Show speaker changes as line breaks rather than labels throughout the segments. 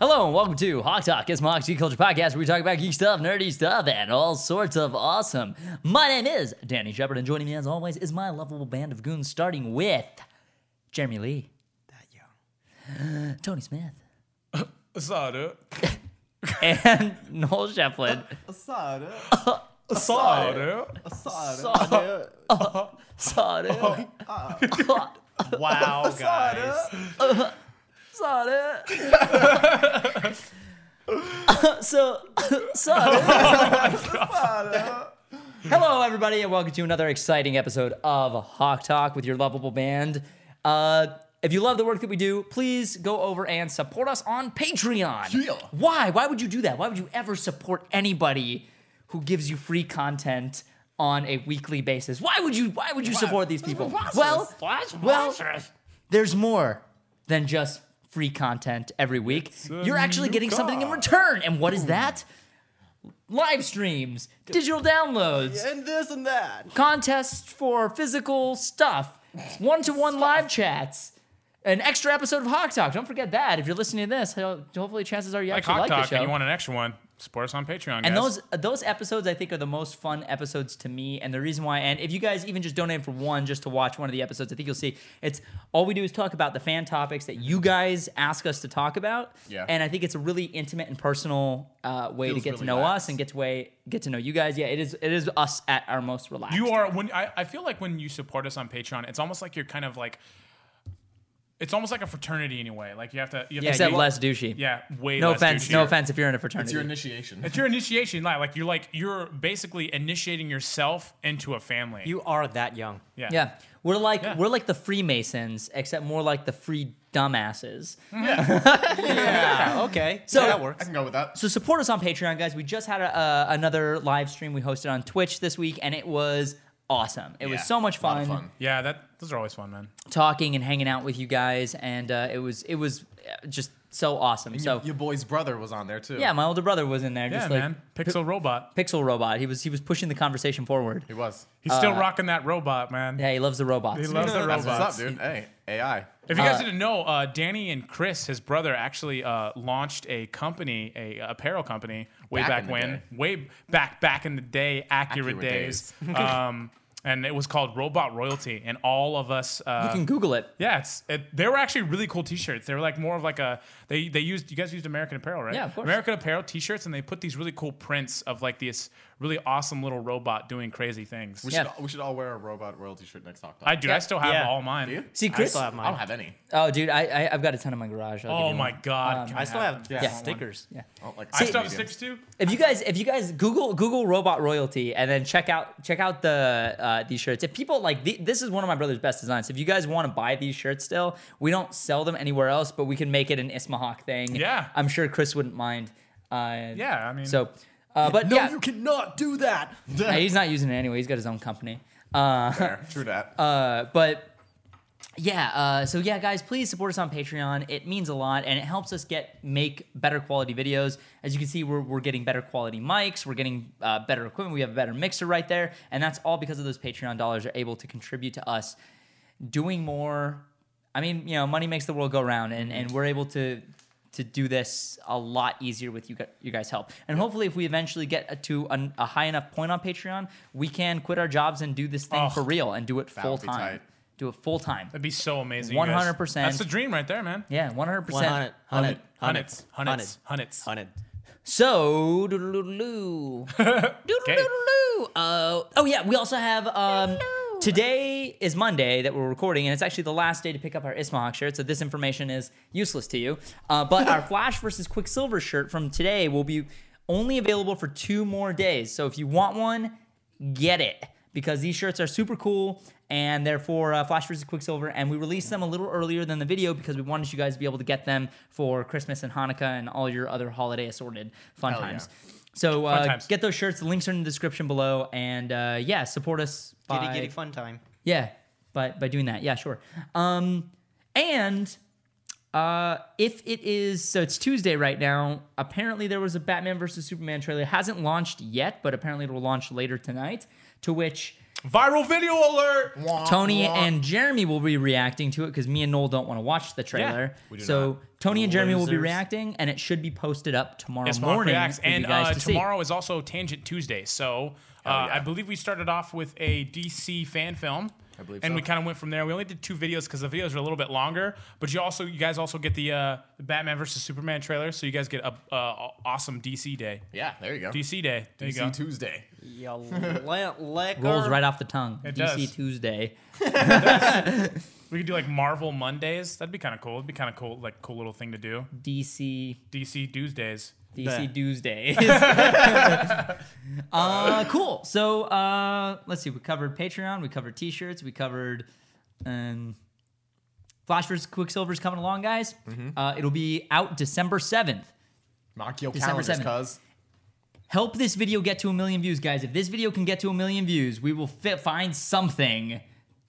Hello and welcome to Hawk Talk. It's Mock's Geek Culture Podcast where we talk about geek stuff, nerdy stuff, and all sorts of awesome. My name is Danny Shepard, and joining me as always is my lovable band of goons, starting with Jeremy Lee. That young. Tony Smith.
Saw it.
And Noel Shefflin.
Asada.
Saw it.
Asada.
Sorry.
Wow, guys.
Sorry. So, sorry. Hello, everybody, and welcome to another exciting episode of Hawk Talk with your lovable band. Uh, if you love the work that we do, please go over and support us on Patreon.
Yeah.
Why? Why would you do that? Why would you ever support anybody who gives you free content on a weekly basis? Why would you? Why would you support these people? Well, well, there's more than just free content every week. You're actually
new
getting something in
car.
return, and what is that? Live streams, digital downloads,
And this and that.
contests for physical stuff, one to one live chats, an extra episode of Hawk Talk. Don't forget that. If you're listening to this, ho- hopefully chances are you
Like
actually
Hawk
like
Talk,
the show.
and you want an extra one, support us on Patreon,
and
guys.
those uh, those episodes I think are the most fun episodes to me, and the reason why. And if you guys even just donate for one, just to watch one of the episodes, I think you'll see it's all we do is talk about the fan topics that you guys ask us to talk about.
Yeah.
And I think it's a really intimate and personal uh, way to
Feels
get to
really
know
relaxed.
us and get to way get to know you guys. Yeah, it is it is us at our most relaxed.
you are when I, I feel like when you support us on Patreon, it's almost like you're kind of like it's almost like a fraternity in a way. Like you have to you have to
except
be-
less douchey.
Yeah, way
No
less
offense.
douchey.
No offense if you're in a fraternity.
It's your initiation.
It's your initiation, like, like you're like you're basically initiating yourself into a family.
You are that young.
yeah.
yeah. We're like
Yeah.
we're like the Freemasons, except more like the free dumbasses.
Yeah. Okay.
So-
So that
I
works.
can go with that.
So support us on Patreon, guys. We just had a, uh, another live stream we hosted on Twitch this week, and it was awesome. It was
Yeah,
so much
A lot
fun,
of fun.
Yeah, that those are always fun, man.
talking and hanging out with you guys, and uh, it was it was uh, just so awesome. So
your, your boy's brother was on there too.
yeah, my older brother was in there,
Yeah,
just like
man. Pixel robot.
Pixel Robot. He was he was pushing the conversation forward.
he was.
Uh,
He's still rocking that robot, man.
Yeah, he loves the robots.
He loves the
That's
robots.
what's up, dude. Hey, AI.
If you guys
Uh,
didn't know, uh, Danny and Chris, his brother, actually uh, launched a company, a apparel company, way
Back
back,
in the
when,
day.
way back back in the day, accurate,
Accurate
days. um, and it was called Robot Royalty, and all of us. Uh,
you can Google it.
yeah, it's it, they were actually really cool T-shirts. They were like more of like a they they used you guys used American Apparel, right?
Yeah, of course.
American Apparel T-shirts, and they put these really cool prints of like this really awesome little robot doing crazy things.
We
Yeah.
should, we should all wear a robot royalty shirt next October.
I dude, I still have
Yeah.
all mine.
Do you?
See,
I
Chris.
still have
I don't
mine.
have any.
Oh, dude, I, I I've got a ton in my garage. I'll give
Oh
you
my
one.
god, can
I still have
them?
Yeah.
stickers.
Yeah.
I don't like.
I still
mediums.
have sticks too.
If you guys, if you guys Google Google robot royalty and then check out check out the uh, these shirts. If people like the, this is one of my brother's best designs. If you guys want to buy these shirts, still we don't sell them anywhere else, but we can make it an Ismahawk thing.
Yeah.
I'm sure Chris wouldn't mind. Uh,
Yeah, I mean,
So, uh, but yeah,
cannot do that.
Hey, he's not using it anyway. He's got his own company. Uh,
Fair. True that.
uh, but yeah, uh, so yeah, guys, please support us on Patreon. It means a lot, and it helps us get make better quality videos. As you can see, we're, we're getting better quality mics, we're getting uh, better equipment, we have a better mixer right there, and that's all because of those Patreon dollars are able to contribute to us doing more. I mean, you know, money makes the world go round, and and we're able to to do this a lot easier with you gu- you guys help. And hopefully, if we eventually get to an, a high enough point on Patreon, we can quit our jobs and do this thing
Oh,
for real and do it full
would be
time.
tight.
Do it full time.
That'd be so amazing. you guys.
100%.
That's the dream right there, man.
Yeah, one hundred
100,
percent. Uh,
100,
Hunnits. Hunnits. Hunnits.
100.
So, doodle-doodle-doo. Doodle-doodle-doo. Uh, oh yeah, we also have um, today is Monday that we're recording, and it's actually the last day to pick up our Ismahawk shirt. So this information is useless to you. Uh, but our Flash versus Quicksilver shirt from today will be only available for two more days. So if you want one, get it because these shirts are super cool and they're for uh, Flash vs. Quicksilver. And we released them a little earlier than the video because we wanted you guys to be able to get them for Christmas and Hanukkah and all your other holiday assorted fun
yeah.
times. So uh,
times.
get those shirts. The links are in the description below. And uh, yeah, support us.
Giddy
by-
giddy fun time.
yeah, by by doing that. Yeah, sure. Um, and Uh, if it is, so it's Tuesday right now. Apparently, there was a Batman versus Superman trailer. It hasn't launched yet, but apparently, it will launch later tonight. To which
Viral video alert.
Tony and Jeremy will be reacting to it because me and Noel don't want to watch the trailer.
we do
so
not.
Tony and Jeremy will be
Losers.
reacting, and it should be posted up tomorrow
Yes, Mark
morning.
reacts.
for you
And
guys
uh,
to see.
tomorrow is also Tangent Tuesday. So uh,
yeah.
I believe we started off with a DC fan film. I
believe
and
so.
we kind of went from there. We only did two videos because the videos are a little bit longer. But you also, you guys also get the uh, the Batman versus Superman trailer, so you guys get a uh, awesome DC day,
Yeah, there you go.
DC day. There you
DC
go.
Tuesday.
You lant liquor.
rolls right off the tongue.
It
DC
does.
Tuesday.
We could do like Marvel Mondays. That'd be kind of cool. It'd be kind of cool, like cool little thing to do.
DC
DC Tuesdays.
DC Tuesdays. uh, cool. So uh, let's see. We covered Patreon. We covered T-shirts. We covered um, Flash vs. Quicksilver's coming along, guys.
Mm-hmm.
Uh, it'll be out December seventh.
Knock your
December
calendars,
7th.
cuz.
Help this video get to a million views, guys. If this video can get to a million views, we will fi- find something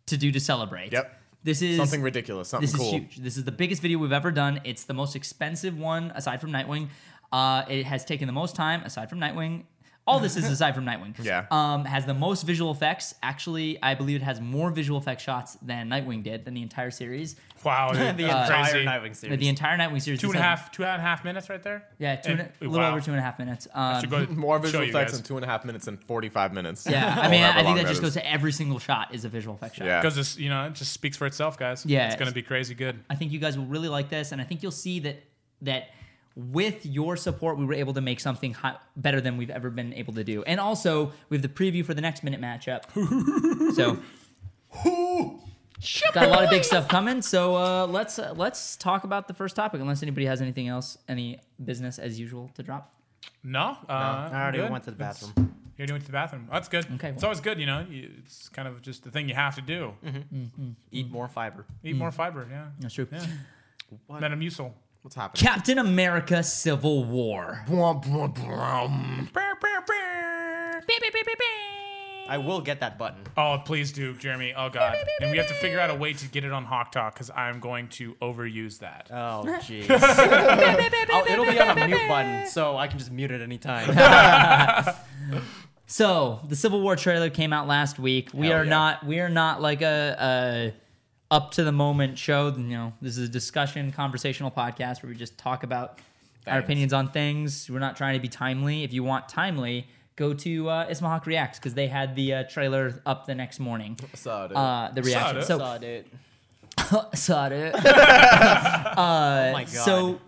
to do to celebrate.
Yep.
This is
Something ridiculous. Something
This is
Oh, cool.
huge. This is the biggest video we've ever done. It's the most expensive one aside from Nightwing. Uh, it has taken the most time aside from Nightwing. All this is aside from Nightwing.
Yeah.
Um, has the most visual effects. Actually, I believe it has more visual effect shots than Nightwing did than the entire series.
Wow, dude,
The
that's
entire
crazy.
Nightwing
The,
series.
the entire Nightwing series.
Two
is
and a
like-
half, two and a half minutes right there.
Yeah, two and, a
And-
little
wow.
over two and a half minutes. Um,
Should go
More
show
visual
you
effects
guys.
in two and a half minutes and 45 minutes.
yeah, I
Or
mean,
however
I think
long
that just
is.
goes to every single shot is a visual effect shot.
Yeah.
because this you know it just speaks for itself guys
Yeah,
it's
it's-
gonna be crazy good
I think you guys will really like this, and I think you'll see that that with your support, we were able to make something hot, better than we've ever been able to do. And also, we have the preview for the next minute matchup. so, got a lot of big stuff coming. So uh, let's uh, let's talk about the first topic. Unless anybody has anything else, any business as usual to drop.
no, uh,
I already
good.
went to the bathroom.
you already went to the bathroom that's good
Okay,
it's
well.
always good you know you, it's kind of just the thing you have to do
Eat more fiber.
eat more fiber yeah
That's true.
yeah Metamucil.
What's happening?
Captain America: Civil War.
Bwomp, bwomp, bwomp.
I will get that button.
Oh, please do, Jeremy. Oh, God. And we have to figure out a way to get it on Hawk Talk because I'm going to overuse that.
Oh, jeez. I'll- it'll be on a mute button, so I can just mute it anytime.
So the Civil War trailer came out last week. We
Hell
are
yeah.
not we are not like a, a up to the moment show. You know, this is a discussion, conversational podcast where we just talk about our
Things.
opinions on things. We're not trying to be timely. If you want timely, go to uh, Ismahawk Reacts because they had the uh, trailer up the next morning.
Saw it.
Uh, the reaction.
it.
So
Saw it.
saw it.
Oh my god.
So,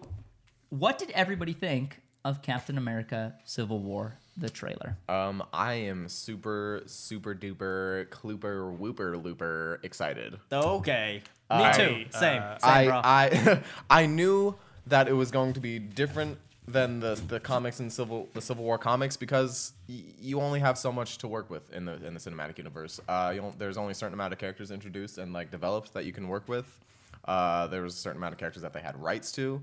what did everybody think of Captain America: Civil War? The trailer.
Um, I am super, super duper, klooper, whooper, looper excited.
okay. Uh, Me
I,
too. Same. Same, bro.
I, I, I knew that it was going to be different than the the comics and civil the Civil War comics because y- you only have so much to work with in the in the cinematic universe. Uh, you don't- there's only a certain amount of characters introduced and like developed that you can work with. Uh, there was a certain amount of characters that they had rights to,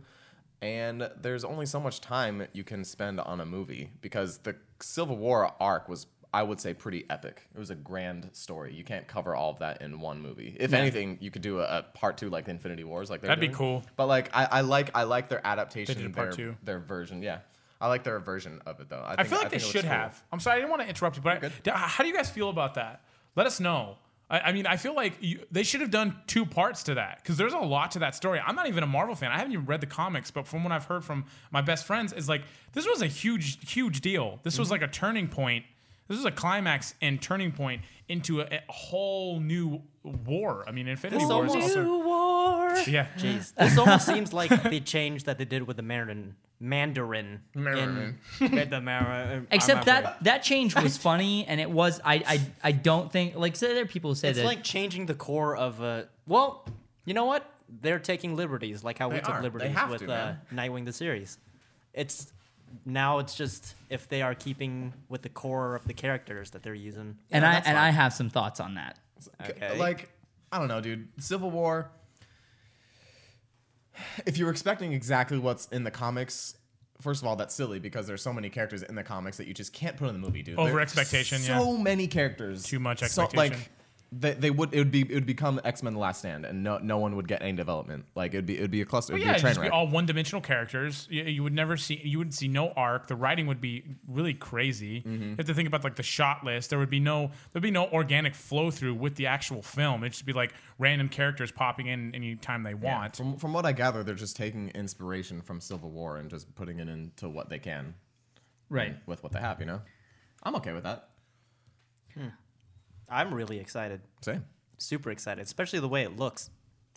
and there's only so much time you can spend on a movie because the Civil War arc was. I would say pretty epic. It was a grand story. You can't cover all of that in one movie. If anything, you could do a, a part two like the Infinity Wars, like they're
That'd be
doing.
cool.
But like, I, I like I like their adaptation.
They did a part
their,
two.
Their version, yeah. I like their version of it though. I,
I
think,
feel like
think
they
it looks
should
cool.
have. I'm sorry, I didn't want to interrupt you, but I, d- how do you guys feel about that? Let us know. I, I mean, I feel like you, they should have done two parts to that because there's a lot to that story. I'm not even a Marvel fan. I haven't even read the comics, but from what I've heard from my best friends, is like this was a huge, huge deal. This
Mm-hmm.
was like a turning point. This was a climax and turning point into a, a whole new war. I mean, Infinity
This
War is
almost-
also yeah.
Jeez, this almost seems like the change that they did with the Mandarin. Mandarin.
Mandarin.
in- with the Mar-
Except
I'm
that
afraid.
that change was funny, and it was I I, I don't think like so there are people who say
it's
that
like changing the core of a. Well, you know what? They're taking liberties, like how we
They
took
are. They
liberties
have
with
to,
uh,
man.
Nightwing the series. It's now it's just if they are keeping with the core of the characters that they're using.
and
Yeah,
I
that's
and
fine.
I have some thoughts on that.
C-
Okay.
Like, I don't know, dude. Civil War. If you're expecting exactly what's in the comics, first of all, that's silly because there's so many characters in the comics that you just can't put in the movie, dude.
Over
There-
expectation,
So many characters.
Too much
So,
expectation.
like, they, they would it would be it would become X Men: The Last Stand, and no no one would get any development. Like it'd be it'd be a cluster.
But
it'd
yeah,
be a
it'd
train
just be
wreck.
all one-dimensional characters. You, you would never see, you would see no arc. The writing would be really crazy.
Mm-hmm.
You have to think about like the shot list. There would be no, there'd be no organic flow through with the actual film. It'd just be like random characters popping in anytime they want.
From from what I gather, they're just taking inspiration from Civil War and just putting it into what they can
Right.
with what they have. You know, I'm okay with that.
I'm really excited,
Same.
super excited, especially the way it looks.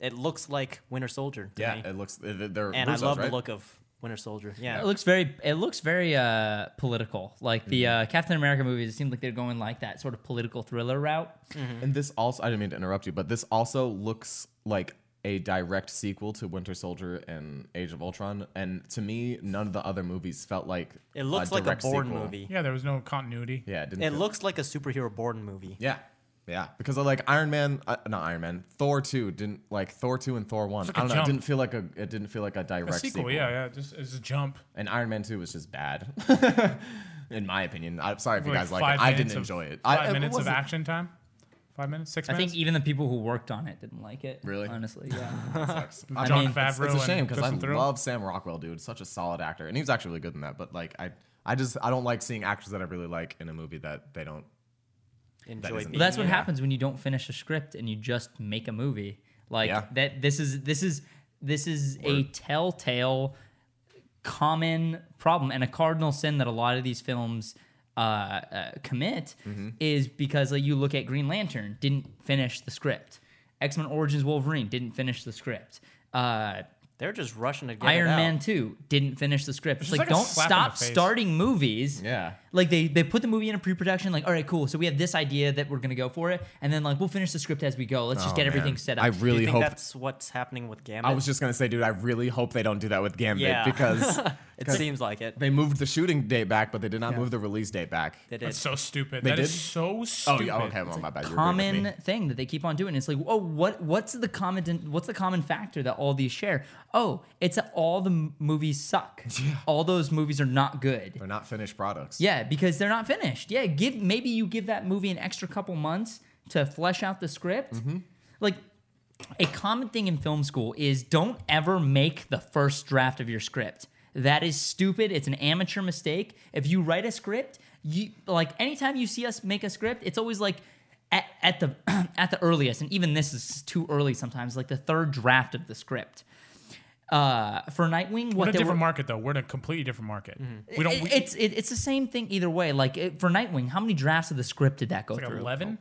It looks like Winter Soldier. To
Yeah,
me.
it looks it- they're
and I
Russos,
love
right?
the look of Winter Soldier. Yeah,
It looks very. It looks very uh, political. Like the uh, Captain America movies, it seemed like they're going like that sort of political thriller route.
And this also, I didn't mean to interrupt you, but this also looks like a direct sequel to Winter Soldier and Age of Ultron. And to me, none of the other movies felt like
it looks like a
direct
Bourne
sequel.
movie.
Yeah, there was no continuity.
Yeah, it didn't.
It
feel-
looks like a superhero Bourne movie.
Yeah, yeah, because like Iron Man, uh, not Iron Man, Thor two didn't like Thor two and Thor one.
like
I don't
a
know. It
jump.
didn't feel like a. It didn't feel like a
A
direct
sequel, yeah, yeah, just it's a jump.
And Iron Man two was just bad. In my opinion, I'm sorry if you
Like
guys like
five
it. I
minutes
didn't
of-
enjoy it. I,
Five
it
minutes of
wasn't-
action time. Five minutes, six
I
minutes.
think even the people who worked on it didn't like it.
Really?
Honestly, yeah.
e- I
John
mean, it's,
Favreau
it's a
and
shame because I
Justin Theroux.
love Sam Rockwell, dude. Such a solid actor, and he was actually really good in that. But like, I, I just I don't like seeing actors that I really like in a movie that they don't.
Enjoy
isn't-
Well,
being
that's what
in.
happens when you don't finish a script and you just make a movie. Like
Yeah.
that. This is this is this is a telltale common problem and a cardinal sin that a lot of these films uh, uh, commit
Mm-hmm.
is because like you look at Green Lantern didn't finish the script. X Men Origins Wolverine didn't finish the script. Uh,
They're just rushing to get
Iron
it out.
Man Two didn't finish the script. It's
just
like,
like a
don't
slap in the
stop
face.
starting movies.
Yeah.
Like they they put the movie in a pre-production. Like all right, cool. So we have this idea that we're gonna go for it, and then like we'll finish the script as we go. Let's just
Oh,
get
man.
everything set up.
I
Do
really
you think
hope.
that's what's happening with Gambit?
I was just gonna say, dude, I really hope they don't do that with Gambit
Yeah.
because
it seems like it.
they moved the shooting date back, but they did not move the release date back.
They did.
that's so stupid.
They
That is
did?
so
Oh,
stupid.
yeah, okay, well, my bad. You agreed with me.
common thing that they keep on doing. It's like, oh, what what's the common what's the common factor that all these share? Oh, it's that all the m- movies suck. All those movies are not good.
They're not finished products.
Yeah, because they're not finished. Yeah, give maybe you give that movie an extra couple months to flesh out the script.
Mm-hmm.
Like a common thing in film school is don't ever make the first draft of your script. That is stupid. It's an amateur mistake. If you write a script, you like anytime you see us make a script, it's always like at, at the at the earliest, and even this is too early sometimes, like the third draft of the script. Uh, for Nightwing, what
What a
they
different
were,
market though. We're in a completely different market.
Mm-hmm.
We don't.
it-
we,
it's it, it's the same thing either way. Like it, for Nightwing, how many drafts of the script did that go
like
through?
eleven.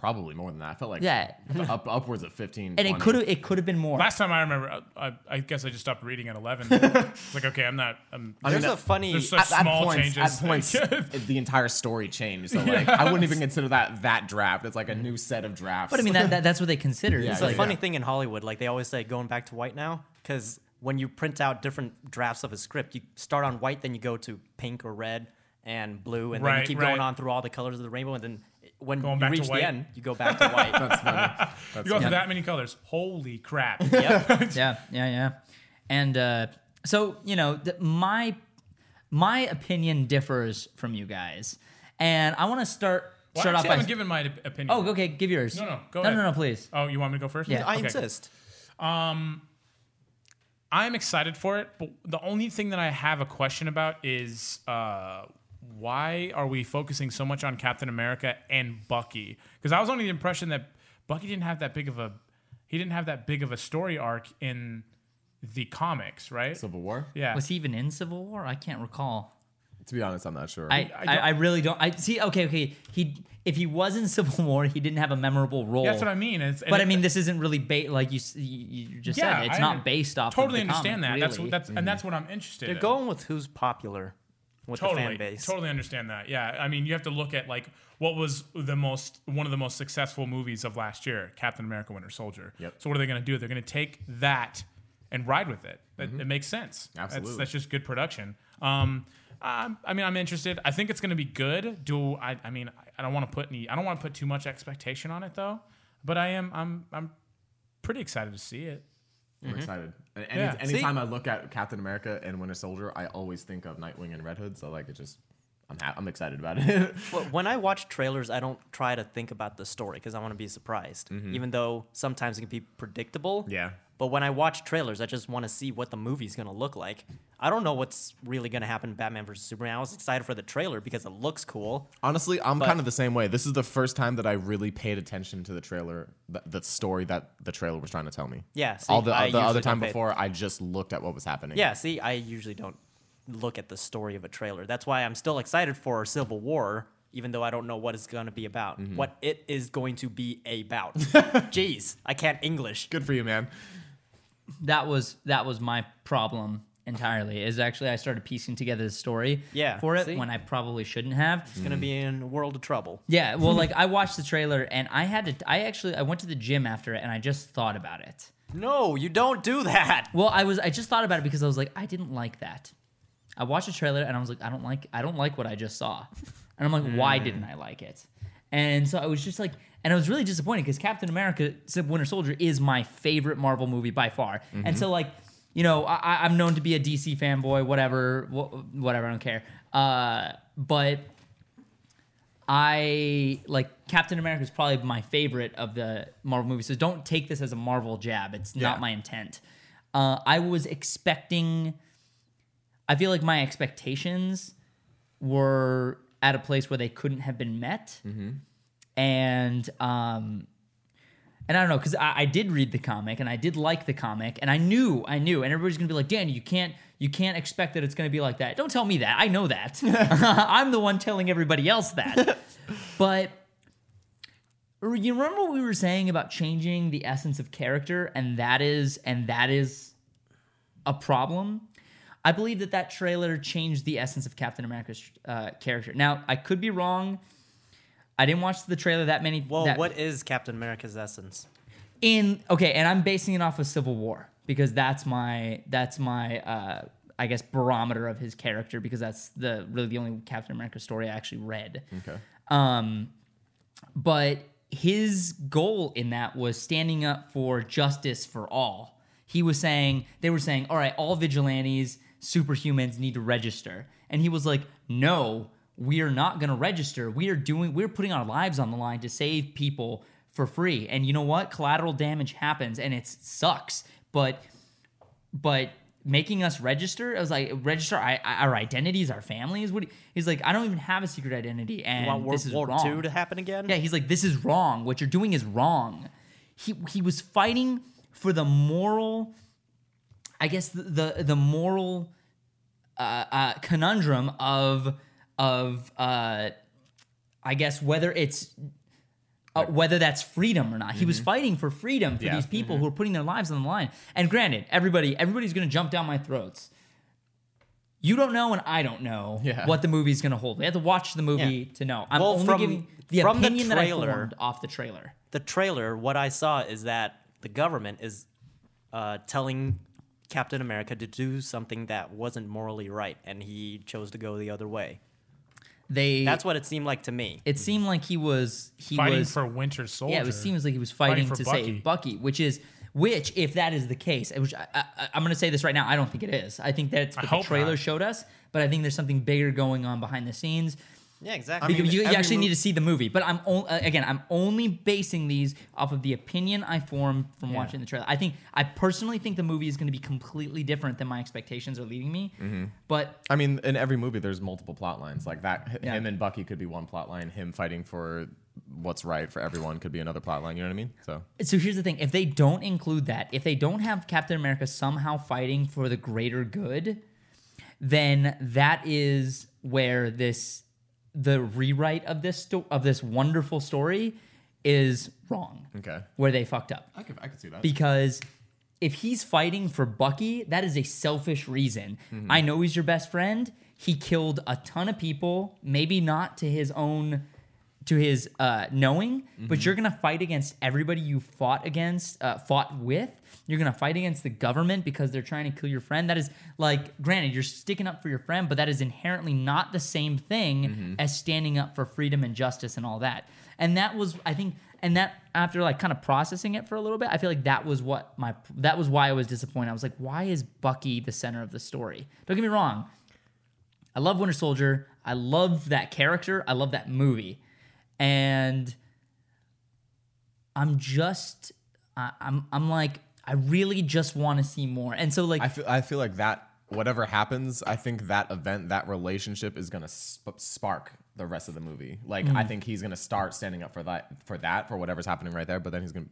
Probably more than that. I felt like
Yeah.
up, upwards of 15.
And it
20.
could have it could have been more.
Last time I remember, uh, I, I guess I just stopped reading at eleven. it's like okay, I'm not. I'm,
There's a funny.
there's such
At, at
small
points, at
changes.
points the entire story changed. So like, I wouldn't even consider that that draft. It's like a new set of drafts.
but I mean that, that that's what they consider.
Yeah,
It's
yeah,
like,
yeah.
funny thing in Hollywood, like they always say, going back to white now, because when you print out different drafts of a script, you start on white, then you go to pink or red and blue, and then you
Right,
keep
right.
going on through all the colors of the rainbow, and then when
Going
you
back to
reach the
white.
end, you go back to white.
That's funny.
You go
funny.
through that many colors. Holy crap!
yep.
yeah, yeah, yeah. And uh, so you know, th- my my opinion differs from you guys, and I want to start
Well,
start off
actually, I
by.
haven't given my op- opinion.
oh, okay, give yours.
No, no, go
no,
ahead.
no, no, please.
Oh, you want me to go first?
Yeah.
I
Okay.
insist.
I'm excited for it, but the only thing that I have a question about is uh, why are we focusing so much on Captain America and Bucky? Because I was under the impression that Bucky didn't have that big of a he didn't have that big of a story arc in the comics, right?
Civil War?
yeah.
Was he even in Civil War? I can't recall.
To be honest, I'm not sure.
I,
I
I, I,
don't-
really don't. I see. Okay, okay. He if he was in Civil War, he didn't have a memorable role.
That's what I mean. It's,
But I mean, this isn't really based like you s- you you just said. It's
I
not based off.
Totally
of the
understand
comic,
that. That's
really.
what that's and that's what I'm interested.
Mm. They're
in.
going with who's popular with
totally,
the fan base.
Totally understand that. Yeah, I mean, you have to look at like what was the most one of the most successful movies of last year, Captain America: Winter Soldier.
Yep.
So what are they going to do? They're going to take that and ride with it. That
Mm-hmm.
It makes sense. That's-
Absolutely.
That's, just good production. Um, I'm- I mean, I'm interested. I think it's going to be good. Do I? I mean, I- I don't want to put any. I don't want to put too much expectation on it though. But I am. I'm. I'm pretty excited to see it.
I'm
Mm-hmm.
excited. And any,
Yeah.
Anytime I look at Captain America and Winter Soldier, I always think of Nightwing and Red Hood. So like, it just I'm ha- I'm excited about it.
Well, when I watch trailers, I don't try to think about the story because I want to be surprised. Even though sometimes it can be predictable.
Yeah.
But when I watch trailers, I just want to see what the movie's going to look like. I don't know what's really going to happen in Batman vs Superman. I was excited for the trailer because it looks cool.
Honestly, I'm kind of the same way. This is the first time that I really paid attention to the trailer, the, the story that the trailer was trying to tell me.
Yeah, see,
All the,
I
the
usually
other
don't
time
pay-
before, I just looked at what was happening.
Yeah, see, I usually don't look at the story of a trailer. That's why I'm still excited for Civil War, even though I don't know what it's going to be about, what it is going to be about. Jeez, I can't English.
Good for you, man.
that was that was my problem entirely. Is actually I started piecing together the story
Yeah,
for it
see?
when I probably shouldn't have.
It's going to be in a world of trouble.
Yeah, well, like I watched the trailer and I had to. I actually I went to the gym after it and I just thought about it.
No, you don't do that.
Well, I was I just thought about it because I was like I didn't like that. I watched the trailer and I was like I don't like I don't like what I just saw, and I'm like why didn't I like it? And so I was just like, and I was really disappointed because Captain America: Civil Winter Soldier is my favorite Marvel movie by far, and so like. You know, I, I- I'm known to be a DC fanboy, whatever, wh- whatever, I don't care. Uh, but I like Captain America is probably my favorite of the Marvel movies. So don't take this as a Marvel jab. It's
Yeah.
not my intent. Uh, I was expecting. I feel like my expectations were at a place where they couldn't have been met, and um, and I don't know because I, I did read the comic and I did like the comic and I knew I knew and everybody's gonna be like Dan you can't you can't expect that it's gonna be like that don't tell me that I know that I'm the one telling everybody else that but re- you remember what we were saying about changing the essence of character and that is and that is a problem I believe that that trailer changed the essence of Captain America's uh, character now I could be wrong. I didn't watch the trailer that many.
Well,
that-
what is Captain America's essence?
in okay and i'm basing it off of civil war because that's my that's my uh i guess barometer of his character because that's the really the only captain america story i actually read
Okay.
um but his goal in that was standing up for justice for all he was saying they were saying all right all vigilantes superhumans need to register and he was like no we're not going to register we are doing we're putting our lives on the line to save people for free and you know what collateral damage happens and it sucks but but making us register i was like register I, I- our identities our families what do you-" he's like i don't even have a secret identity and
You want World
this is
War
wrong
II to happen again?
yeah, he's like, this is wrong. What you're doing is wrong. He he was fighting for the moral, I guess the the, the moral uh, uh, conundrum of of uh, I guess whether it's uh, whether that's freedom or not. He was fighting for freedom for
Mm-hmm. Yeah. Mm-hmm.
these people who are putting their lives on the line. And granted, everybody everybody's gonna jump down my throats. You don't know, and I don't know
Yeah.
what the movie's going to hold. We have to watch the movie to know. I'm
Well,
only
from-
giving the
from the
opinion that
trailer-
I formed off the trailer.
The trailer, what I saw is that the government is uh, telling Captain America to do something that wasn't morally right, and he chose to go the other way.
They
That's what it seemed like to me.
it seemed like he was he
Fighting
was
for Winter Soldier.
yeah it was, seems like he was fighting,
Fighting for
to
Bucky.
save Bucky, which is which if that is the case, which I, I, I'm going to say this right now, I don't think it is. I think that's what the
hope
trailer
not.
showed us, but I think there's something bigger going on behind the scenes.
Yeah, exactly.
Because you, you
every
actually
mo-
need to see the movie. But I'm on, uh, again, I'm only basing these off of the opinion I formed from watching the trailer. I think I personally think the movie is going to be completely different than my expectations are leading me.
Mm-hmm.
But
I mean, in every movie, there's multiple plot lines like that. H-
Yeah.
Him and Bucky could be one plot line. Him fighting for what's right for everyone could be another plot line. You know what I mean? So
so here's the thing: if they don't include that, if they don't have Captain America somehow fighting for the greater good, then that is where this the rewrite of this sto- of this wonderful story is wrong.
okay,
Where they fucked up.
I could I could see that.
because if he's fighting for Bucky, that is a selfish reason. I know he's your best friend. He killed a ton of people, maybe not to his own to his uh, knowing, but you're gonna fight against everybody you fought against, uh, fought with. You're gonna fight against the government because they're trying to kill your friend. That is like, granted, you're sticking up for your friend, but that is inherently not the same thing as standing up for freedom and justice and all that. And that was, I think, and that after like kind of processing it for a little bit, I feel like that was what my that was why I was disappointed. I was like, why is Bucky the center of the story? Don't get me wrong. I love Winter Soldier. I love that character. I love that movie, and I'm just I, I'm I'm like I really just want to see more. And so like
I feel I feel like that whatever happens, I think that event, that relationship is gonna sp- spark the rest of the movie. Like I think he's gonna start standing up for that for that for whatever's happening right there. But then he's gonna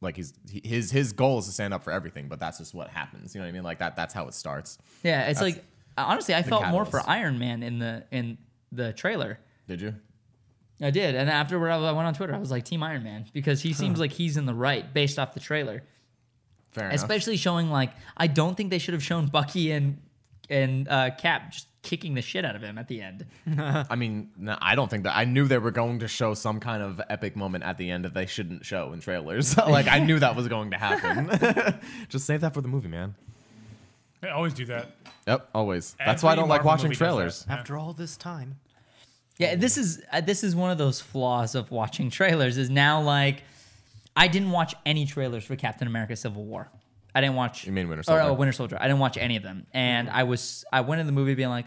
like he's he- his his goal is to stand up for everything. But that's just what happens. You know what I mean? Like that that's how it starts.
yeah, it's like honestly I felt more for
catalyst.
Iron Man in the in the trailer.
Did you?
I did, and afterward I went on Twitter. I was like Team Iron Man because he seems like he's in the right based off the trailer.
Fair enough.
especially showing like I don't think they should have shown Bucky and and uh, Cap just kicking the shit out of him at the end.
I mean, no, I don't think that. I knew they were going to show some kind of epic moment at the end that they shouldn't show in trailers. like I knew that was going to happen. just save that for the movie, man.
They always do that.
Yep, always. That's why I
Every
don't like
Marvel
watching
movie does
trailers.
that. Yeah.
After all this time,
Yeah, this is uh, this is one of those flaws of watching trailers. Is now like I didn't watch any trailers for Captain America: Civil War. I didn't watch.
You mean Winter
Or, oh,
Soldier.
Winter Soldier. I didn't watch any of them, and I was I went in the movie being like,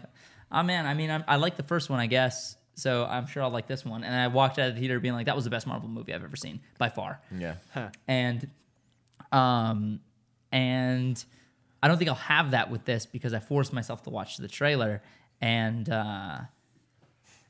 oh man, I mean I'm, I like the first one, I guess. So I'm sure I'll like this one. And I walked out of the theater being like, that was the best Marvel movie I've ever seen by far.
Yeah.
and um and i don't think i'll have that with this because i forced myself to watch the trailer and uh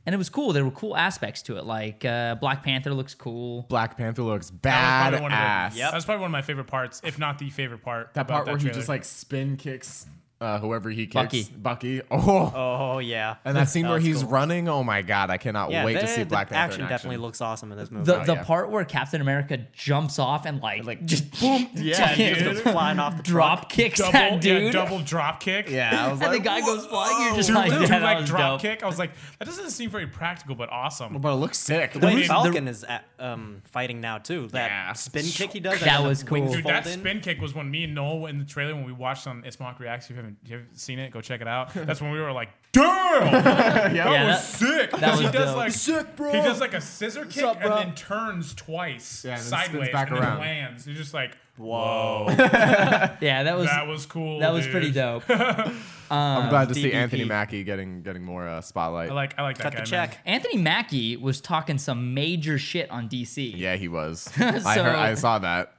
and it was cool there were cool aspects to it like uh black panther looks cool
Black Panther looks
That was
bad
probably one of
ass.
the- That's probably one of my favorite parts, if not the favorite part.
That
about
part where he
trailer.
just like spin kicks uh, whoever he kicks.
Bucky.
Bucky. Oh.
oh yeah,
And that scene
That
where
was
he's
cool.
running. Oh my god, I cannot
yeah,
wait
the-
to see
the
Black Panther.
action
in
definitely
action.
looks awesome in this movie.
Oh,
the the
yeah.
part where captain america jumps off and like
Like,
just boom
Yeah,
fucking
Just goes flying off the
drop kicks
double,
that dude
Yeah, double drop kick.
Yeah, I was
and the
like,
guy goes flying you're just
Two,
like,
two,
yeah, that
like
was
drop
dope.
kick. I was like, that doesn't seem very practical, but awesome.
but it looks sick.
Truck. The way
Who's-
Falcon is at, um, fighting now too. That
Yeah.
spin kick he does.
That
and the
was cool.
wings
Dude, that
fold in.
spin kick was when me and Noel in the trailer when we watched on Ismok Reacts. If you haven't, if you haven't seen it, go check it out. That's when we were like, "Damn, that
Yeah,
was
that-
sick!"
that
he
was
does
dope.
like
Sick, bro.
He does like a scissor kick
up,
and
bro?
then turns twice
Yeah, and then spins
sideways
back
and
around.
then lands. You're just like,
Whoa.
yeah that was
"That was cool."
that was
dude.
pretty dope
I'm glad to see
DDP.
Anthony Mackie getting getting more uh, spotlight.
I like, I like that
Cut
guy.
the
man.
check.
anthony mackie was talking some major shit on dc
yeah, he was. I heard,
So-
I saw that.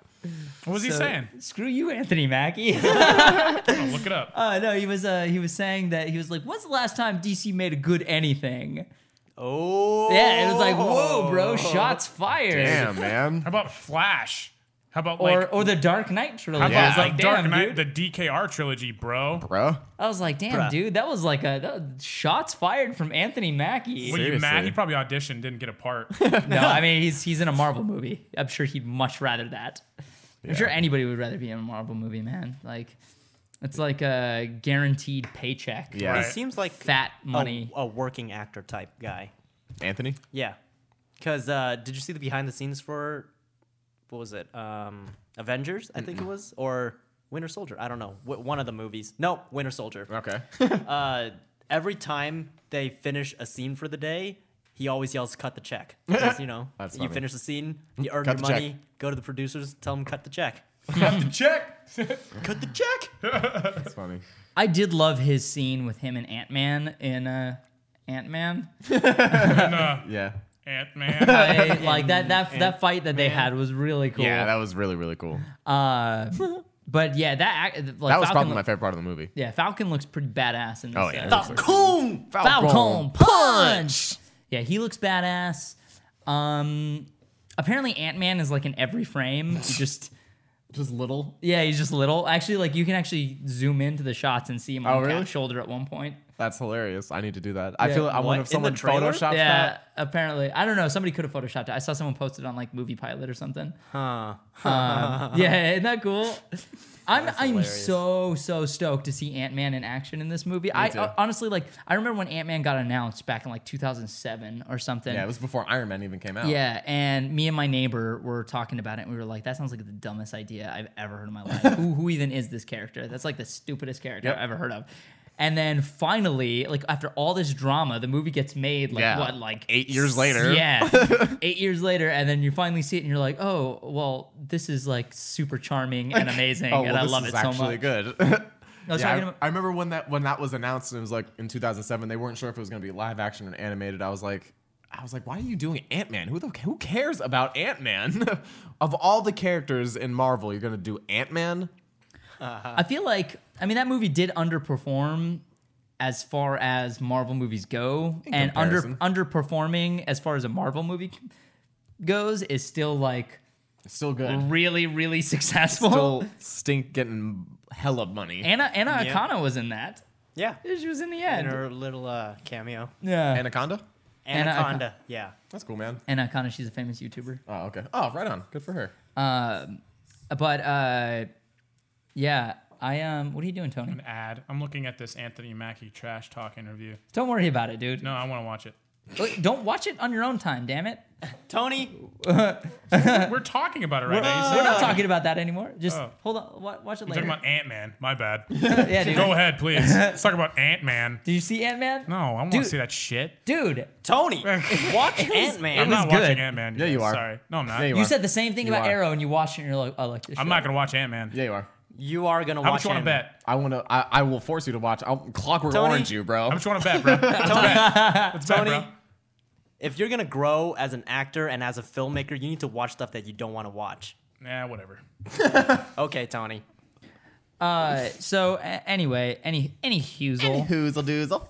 What was he
So,
saying?
Screw you, Anthony Mackie.
Oh, look it up.
uh, no, he was uh, he was saying that he was like, "When's the last time DC made a good anything?"
Oh
Yeah, it was like, "Whoa, bro, shots fired."
Damn, man.
How about Flash? How about
Or
like?
or the Dark Knight
how
trilogy.
about
Yeah.
I was like,
like Dark
"Damn,
Knight,
dude."
the DKR trilogy, bro?
Bro,
I was like, "Damn,
Bruh.
dude, that was like a that was shots fired from Anthony Mackie."
Were you mad?
Seriously.
He probably auditioned, didn't get a part.
no, I mean he's he's in a Marvel movie. I'm sure he'd much rather that. I'm sure anybody would rather be in a Marvel movie, man. Like, it's like a guaranteed paycheck.
Yeah.
He
Right.
seems like
Fat
a-
money.
A, working actor type guy.
Anthony.
Yeah. Cause uh, did you see the behind the scenes for what was it? Um, Avengers, I think it was, or Winter Soldier. I don't know. Wh- one of the movies. No, Winter Soldier.
Okay.
Uh, every time they finish a scene for the day, he always yells, "Cut the check." 'Cause, you know,
That's
you
funny.
finish the scene, you earn
Cut
your
the check.
money, go to the producers, tell them cut the check.
Cut the check.
Cut the check.
That's funny.
I did love his scene with him and Ant Man in uh, Ant Man.
Yeah.
Ant Man.
like that that that fight that they had was really cool.
Yeah, that was really really cool.
uh, but yeah, that ac- like
That was
Falcon
probably
loo-
my favorite part of the movie.
Yeah, Falcon looks pretty badass in this.
Oh, yeah.
uh,
Falcon.
Coom.
Falcon punch. Yeah, he looks badass. Um, apparently Ant Man is like in every frame. He just.
Just little.
Yeah, he's just little. Actually, like you can actually zoom into the shots and see him on
Oh, really?
Cap's shoulder at one point.
That's hilarious. I need to do that. I
Yeah.
feel I
What?
wonder if
In
someone
the trailer?
photoshopped
yeah,
that.
apparently. I don't know. Somebody could have photoshopped it. I saw someone posted on like Movie Pilot or something. Um,
Huh.
yeah, isn't that cool? I'm I'm
hilarious.
so so stoked to see Ant Man in action in this movie. I
too.
uh, honestly like I remember when Ant Man got announced back in like 2007 or something.
Yeah, it was before Iron Man even came out.
Yeah, and me and my neighbor were talking about it, and we were like, "That sounds like the dumbest idea I've ever heard in my life. who, who even is this character? That's like the stupidest character
Yep.
I've ever heard of." And then finally, like after all this drama, the movie gets made. Like
Yeah.
what, like
Eight years later.
Yeah, eight years later, and then you finally see it, and you're like, "Oh, well, this is like super charming and amazing,
Oh,
and
well,
I
this
love
is
it so
actually
much."
good.
I was talking
Yeah, I,
about.
I remember when that when that was announced and it was like in 2007 they weren't sure if it was going to be live action or animated. I was like I was like why are you doing Ant-Man? Who the who cares about Ant-Man? of all the characters in Marvel, you're going to do Ant-Man?
I feel like I mean that movie did underperform as far as Marvel movies go,
In
and under
comparison.
underperforming as far as a Marvel movie goes is still like
It's still good.
really really successful.
Still stink getting hella money.
Anna Anna
Yeah.
Akana was in that.
Yeah.
She was in the
And
end.
her little uh, cameo.
yeah.
Anaconda?
Anna-
Anaconda. Yeah.
That's cool, man.
Anna Akana, she's a famous YouTuber.
Oh, okay. Oh, right on. Good for her.
Um, but uh, yeah, I um, what are you doing, Tony?
An ad. I'm looking at this Anthony Mackie trash talk interview.
Don't worry about it, dude.
No, I want to watch it.
Wait, don't watch it on your own time, damn it.
Tony,
We're talking about it right now. You said
We're not talking about that anymore. Just
Oh.
hold on, wa- watch it
we're talking
later.
about Ant Man. My bad.
yeah, dude.
Go ahead, please. Let's talk about Ant Man.
Did you see Ant Man?
No, I want to
Dude.
see that shit.
Dude,
Tony, watch Ant
I'm
Man.
was
not
good.
watching Ant Man.
Yeah, you are.
Sorry. No, I'm not.
Yeah, you
you
are.
said the same thing
You
about
are.
Arrow, and you watched it, and you're like, I like this.
I'm
show.
not gonna watch Ant Man.
yeah, you are.
You are gonna
How
watch.
much you want to
Ant-Man.
bet?
I want to. I, I will force you to watch. I'll Clockwork
Tony?
Orange you, bro.
How much you want to bet, bro? Let's bet. Let's bet,
Tony?
bro.
If you're gonna grow as an actor and as a filmmaker, you need to watch stuff that you don't want to watch.
Nah, whatever.
Okay, Tony.
Uh, so a- anyway, any any Husel.
Who's a doozle?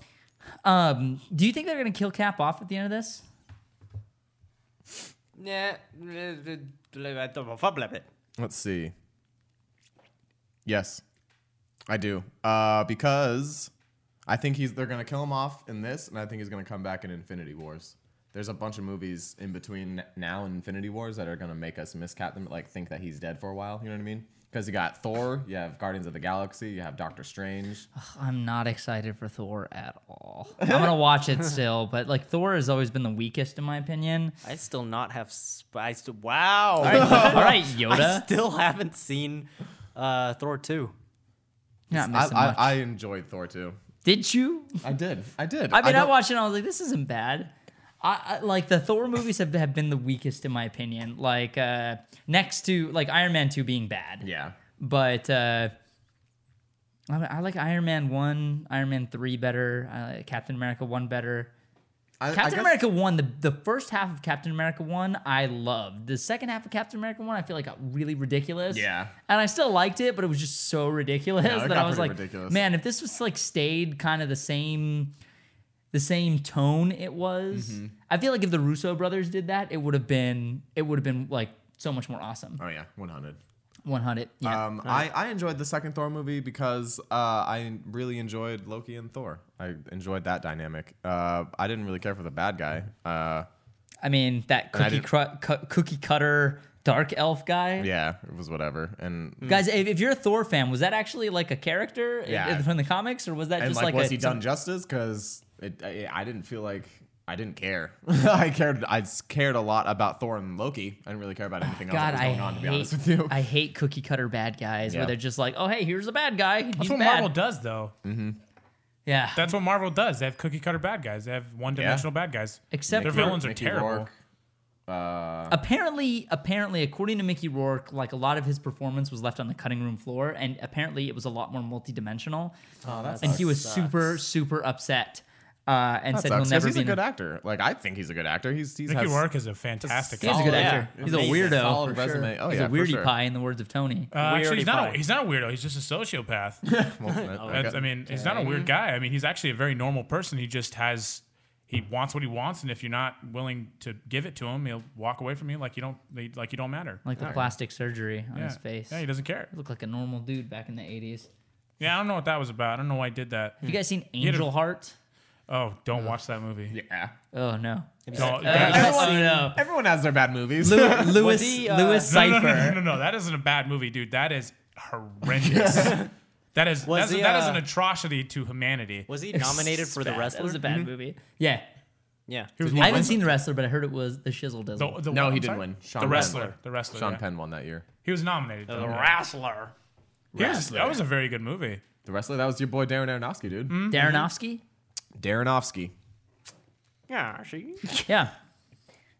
Um, do you think they're gonna kill Cap off at the end of this?
Yeah.
Let's see. Yes, I do. Uh, because I think he's they're gonna kill him off in this, and I think he's gonna come back in Infinity Wars. There's a bunch of movies in between now and Infinity Wars that are gonna make us miscap them, like think that he's dead for a while. You know what I mean? Because you got Thor, you have Guardians of the Galaxy, you have Doctor Strange.
I'm not excited for Thor at all. I'm gonna watch it still, but like Thor has always been the weakest in my opinion.
I still not have. Sp- I still. Wow.
All right,
I
Yoda.
still haven't seen uh, Thor two.
You're not
I,
missing
I,
much.
I enjoyed Thor too.
Did you?
I did. I did.
I mean, I,
don't-
watched it. and I was like, this isn't bad. I, I like the Thor movies have, have been the weakest in my opinion. Like uh, next to like Iron Man two being bad,
Yeah.
but uh, I, I like Iron Man one, Iron Man three better, I like Captain America one better.
I, I
Captain
guess-
America one, the, the first half of Captain America one, I loved. The second half of Captain America one, I feel like got really ridiculous.
Yeah.
and I still liked it, but it was just so ridiculous
it
that
got
I was
pretty
like,
ridiculous.
man, if this was like stayed kind of the same, the same tone it was,
Mm-hmm.
I feel like if the Russo brothers did that, it would have been, it would have been like so much more awesome.
Oh yeah, 100.
One hundred, yeah.
Um, I, I enjoyed the second Thor movie because uh, I really enjoyed Loki and Thor. I enjoyed that dynamic. Uh, I didn't really care for the bad guy. Uh,
I mean that
I
cookie
didn't-
cru- cu- cookie cutter dark elf guy.
yeah, it was whatever. And
Guys, if, if you're a Thor fan, was that actually like a character
Yeah.
in- from the comics, or was that
and
just
like,
like,
was
a,
he done justice? Because I, I didn't feel like I didn't care. I cared. I s- cared a lot about Thor and Loki. I didn't really care about anything
God,
else
I
that was going on. To be honest with
hate,
you,
I hate cookie cutter bad guys where
Yeah.
they're just like, oh hey, here's a bad guy. He's
That's what
bad.
Marvel does, though.
yeah,
That's what Marvel does. They have cookie cutter bad guys. They have one dimensional bad guys.
except
Their
for-
villains are
Mickey
terrible.
Rourke. Uh,
apparently, apparently, according to Mickey Rourke, like a lot of his performance was left on the cutting room floor, and apparently it was a lot more multidimensional. Oh,
that
and he was
sucks.
super, super upset, uh, and
that
said
sucks.
he'll
'cause
never
he's
be.
a
in
good actor. Like I think he's a good actor. He's he's
Mickey
has
Rourke is a fantastic.
He's a
actor.
good
yeah.
actor. He's a
Amazing.
weirdo.
solid
for
resume.
sure.
Oh,
he's
yeah,
a
for
weirdy
sure.
pie, in the words of Tony.
Uh, actually, he's
Weirdy
not,
pie.
a, he's not a weirdo. He's just a sociopath.
Well, I- I
That's,
got-
I mean, he's not a weird guy. I mean, he's actually a very normal person. He just has he wants what he wants, and if you're not willing to give it to him, he'll walk away from you like you don't they- like you don't matter.
Like the plastic surgery on
Oh, yeah.
his face.
Yeah, he doesn't care.
Looked like a normal dude back in the 80s.
Yeah, I don't know what that was about. I don't know why I did that.
Have you guys seen
had a-
Angel Heart?
Oh, don't watch that movie.
yeah.
Oh, no.
Don't-
oh, no.
Everyone has their bad movies.
Lew- Lewis,
he, uh,
Lewis
no, no,
Cipher.
no, no, no, no, that isn't a bad movie, dude. That is horrendous. that is
Was
that's,
he,
that is
uh,
an atrocity to humanity.
Was he nominated for the
That
wrestler? Mm-hmm.
was a bad movie. Yeah.
Yeah.
was
I haven't seen The Wrestler, but I heard it was The Shizzle Dizzle.
the, the,
No,
I'm
he didn't
sorry?
win. Sean
The
Penn.
wrestler, the wrestler.
Sean
yeah.
Penn won that year.
He was nominated. though.
The
Yeah.
wrestler.
He was- that was a very good movie.
The wrestler, that was your boy Darren Aronofsky, dude.
Mm-hmm.
Mm-hmm.
Darrenofsky?
Darrenofsky.
Yeah, she.
Yeah.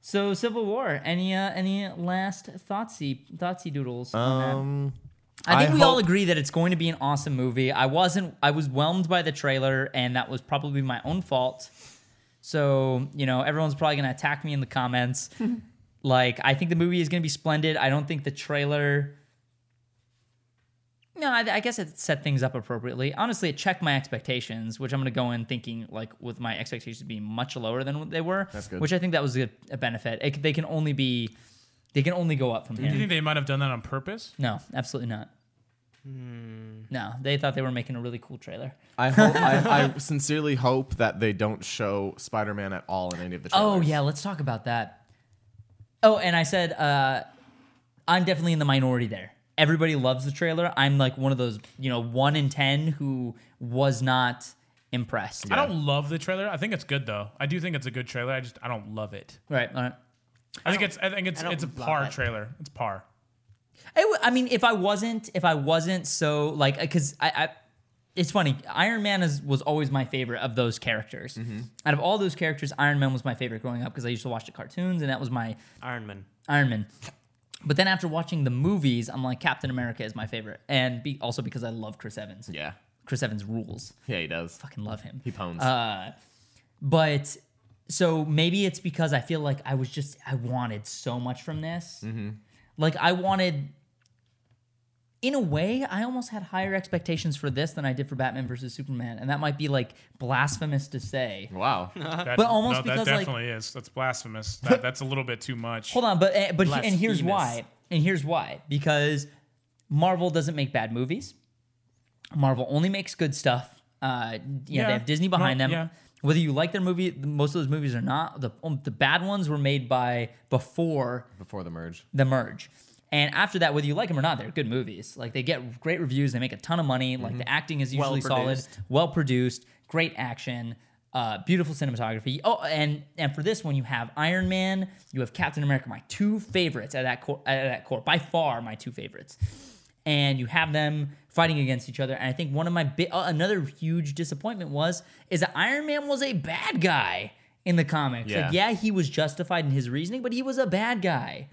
So Civil War. Any uh, any last thoughtsy thoughtsy doodles? on that? I think
Um, I
we all
hope-
agree that it's going to be an awesome movie. I wasn't. I was whelmed by the trailer, and that was probably my own fault. So you know, everyone's probably going to attack me in the comments. like, I think the movie is going to be splendid. I don't think the trailer. No, I, I guess it set things up appropriately. Honestly, it checked my expectations, which I'm going to go in thinking like with my expectations being much lower than what they were. That's
good.
Which I think that was a, a benefit. It, c- they can only be, they can only go up from here.
Do you think they might have done that on purpose?
No, absolutely not.
Hmm.
No, they thought they were making a really cool trailer.
I hope. I, I sincerely hope that they don't show Spider-Man at all in any of the trailers.
Oh yeah, let's talk about that. Oh, and I said uh, I'm definitely in the minority there. Everybody loves the trailer. I'm like one of those, you know, one in ten who was not impressed.
I don't love the trailer. I think it's good though. I do think it's a good trailer. I just I don't love it.
Right. All right.
I, think it's I think it's
I don't
it's a
love
par
it.
trailer. It's par.
I, w- I mean, if I wasn't, if I wasn't so like, because I, I, it's funny. Iron Man is was always my favorite of those characters.
Mm-hmm.
Out of all those characters, Iron Man was my favorite growing up because I used to watch the cartoons and that was my
Iron Man.
Iron Man. But then after watching the movies, I'm like Captain America is my favorite, and be, also because I love Chris Evans.
Yeah.
Chris Evans rules.
Yeah, he does.
Fucking love him.
He pones.
Uh, But so maybe it's because I feel like I was just I wanted so much from this. Like I wanted. In a way, I almost had higher expectations for this than I did for Batman versus Superman, and that might be like blasphemous to say.
wow.
That-
But almost
no,
because,
that
like-
definitely is. That's blasphemous. That, that's a little bit too much.
Hold on, but eh, but he- and here's
Blasphemous.
why. And here's why. Because Marvel doesn't make bad movies. Marvel only makes good stuff. Uh, you know,
Yeah.
they have Disney behind
No,
them.
yeah.
Whether you like their movie, most of those movies are not. The um, the bad ones were made by before
Before the merge.
the merge. And after that, whether you like them or not, they're good movies. Like they get great reviews, they make a ton of money. Like the acting is usually solid,
Well-produced.
Mm-hmm. well produced, great action, uh, beautiful cinematography. Oh, and and for this one, you have Iron Man, you have Captain America, my two favorites at that core, at that core by far my two favorites. And you have them fighting against each other. And I think one of my bi- uh, another huge disappointment was is that Iron Man was a bad guy in the comics. Like,
Yeah.
yeah, he was justified in his reasoning, but he was a bad guy.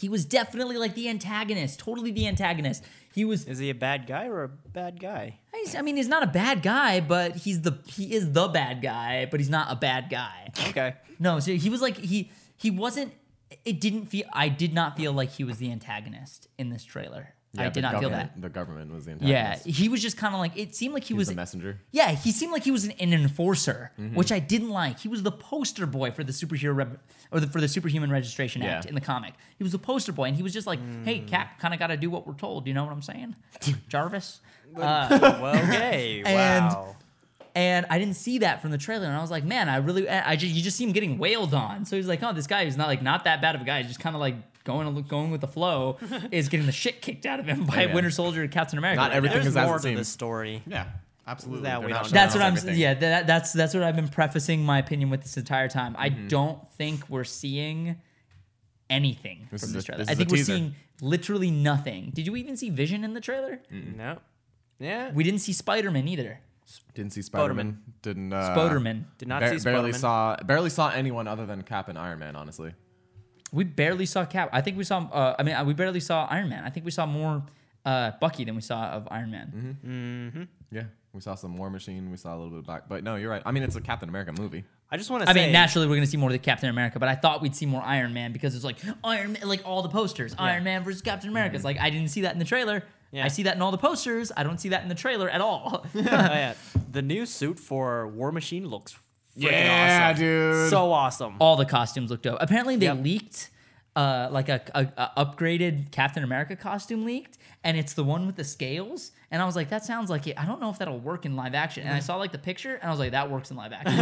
He was definitely like the antagonist, totally the antagonist. He was.
Is he a bad guy or a bad guy?
he's- I mean, he's not a bad guy, but he's the he is the bad guy, but he's not a bad guy.
Okay.
No, so he was like he he wasn't. It didn't feel. I did not feel like he was the antagonist in this trailer. I
Yeah, the
did not feel that.
government- The government was the
Yeah,
antagonist.
he was just kind of like it seemed like he
He
was.
was the messenger.
yeah, he seemed like he was an, an enforcer,
Mm-hmm.
which I didn't like. He was the poster boy for the superhero rep, or the, for the superhuman registration act
Yeah. Mm.
in the comic. He was the poster boy, and he was just like, "Hey, Cap, kind of got to do what we're told." You know what I'm saying, Jarvis?
Well, okay.
And-
wow.
And I didn't see that from the trailer, and I was like, "Man, I really, I just, you just see him getting wailed on." So he's like, "Oh, this guy who's not like not that bad of a guy, he's just kind of like." Going, going with the flow is getting the shit kicked out of him by
man.
Winter Soldier and Captain America.
Oh, Not
Like,
everything
There's
is as
more
it
to the
seems.
story.
Yeah, absolutely.
That
They're
we
not
don't
showing
That's
us
what I'm.
everything.
Yeah, that, that's that's what I've been prefacing my opinion with this entire time. I
Mm-hmm.
don't think we're seeing anything
This
from
is
this
a-
trailer.
this
I
is a
think we're
teaser.
seeing literally nothing. Did you even see Vision in the trailer?
Mm.
No. Yeah.
We didn't see Spider Man either.
Didn't see Spider-Man. Didn't. Uh,
Spoderman.
Did not
bar-
see Spider-Man.
barely saw barely saw anyone other than Cap and Iron Man. Honestly,
We barely saw Cap. I think we saw. Uh, I mean, uh, we barely saw Iron Man. I think we saw more uh, Bucky than we saw of Iron Man.
yeah, we saw some War Machine. We saw a little bit of Black. But no, you're right. I mean, it's a Captain America movie.
I just want to
I
say.
mean, naturally, we're gonna see more of the Captain America, but I thought we'd see more Iron Man because it's like Iron, Man, like all the posters, Iron Man versus Captain America. It's like I didn't see that in the trailer.
Mm-hmm. Yeah.
I see that in all the posters. I don't see that in the trailer at all.
oh, yeah. The new suit for War Machine looks freaking
Yeah,
awesome.
dude. Oh,
So awesome.
all the costumes look dope. Apparently, they
Yep.
leaked. Uh, like a, a, a upgraded Captain America costume leaked, and it's the one with the scales. And I was like, that sounds like it. I don't know if that'll work in live action.
Mm.
And I saw like the picture, and I was like, that works in live action.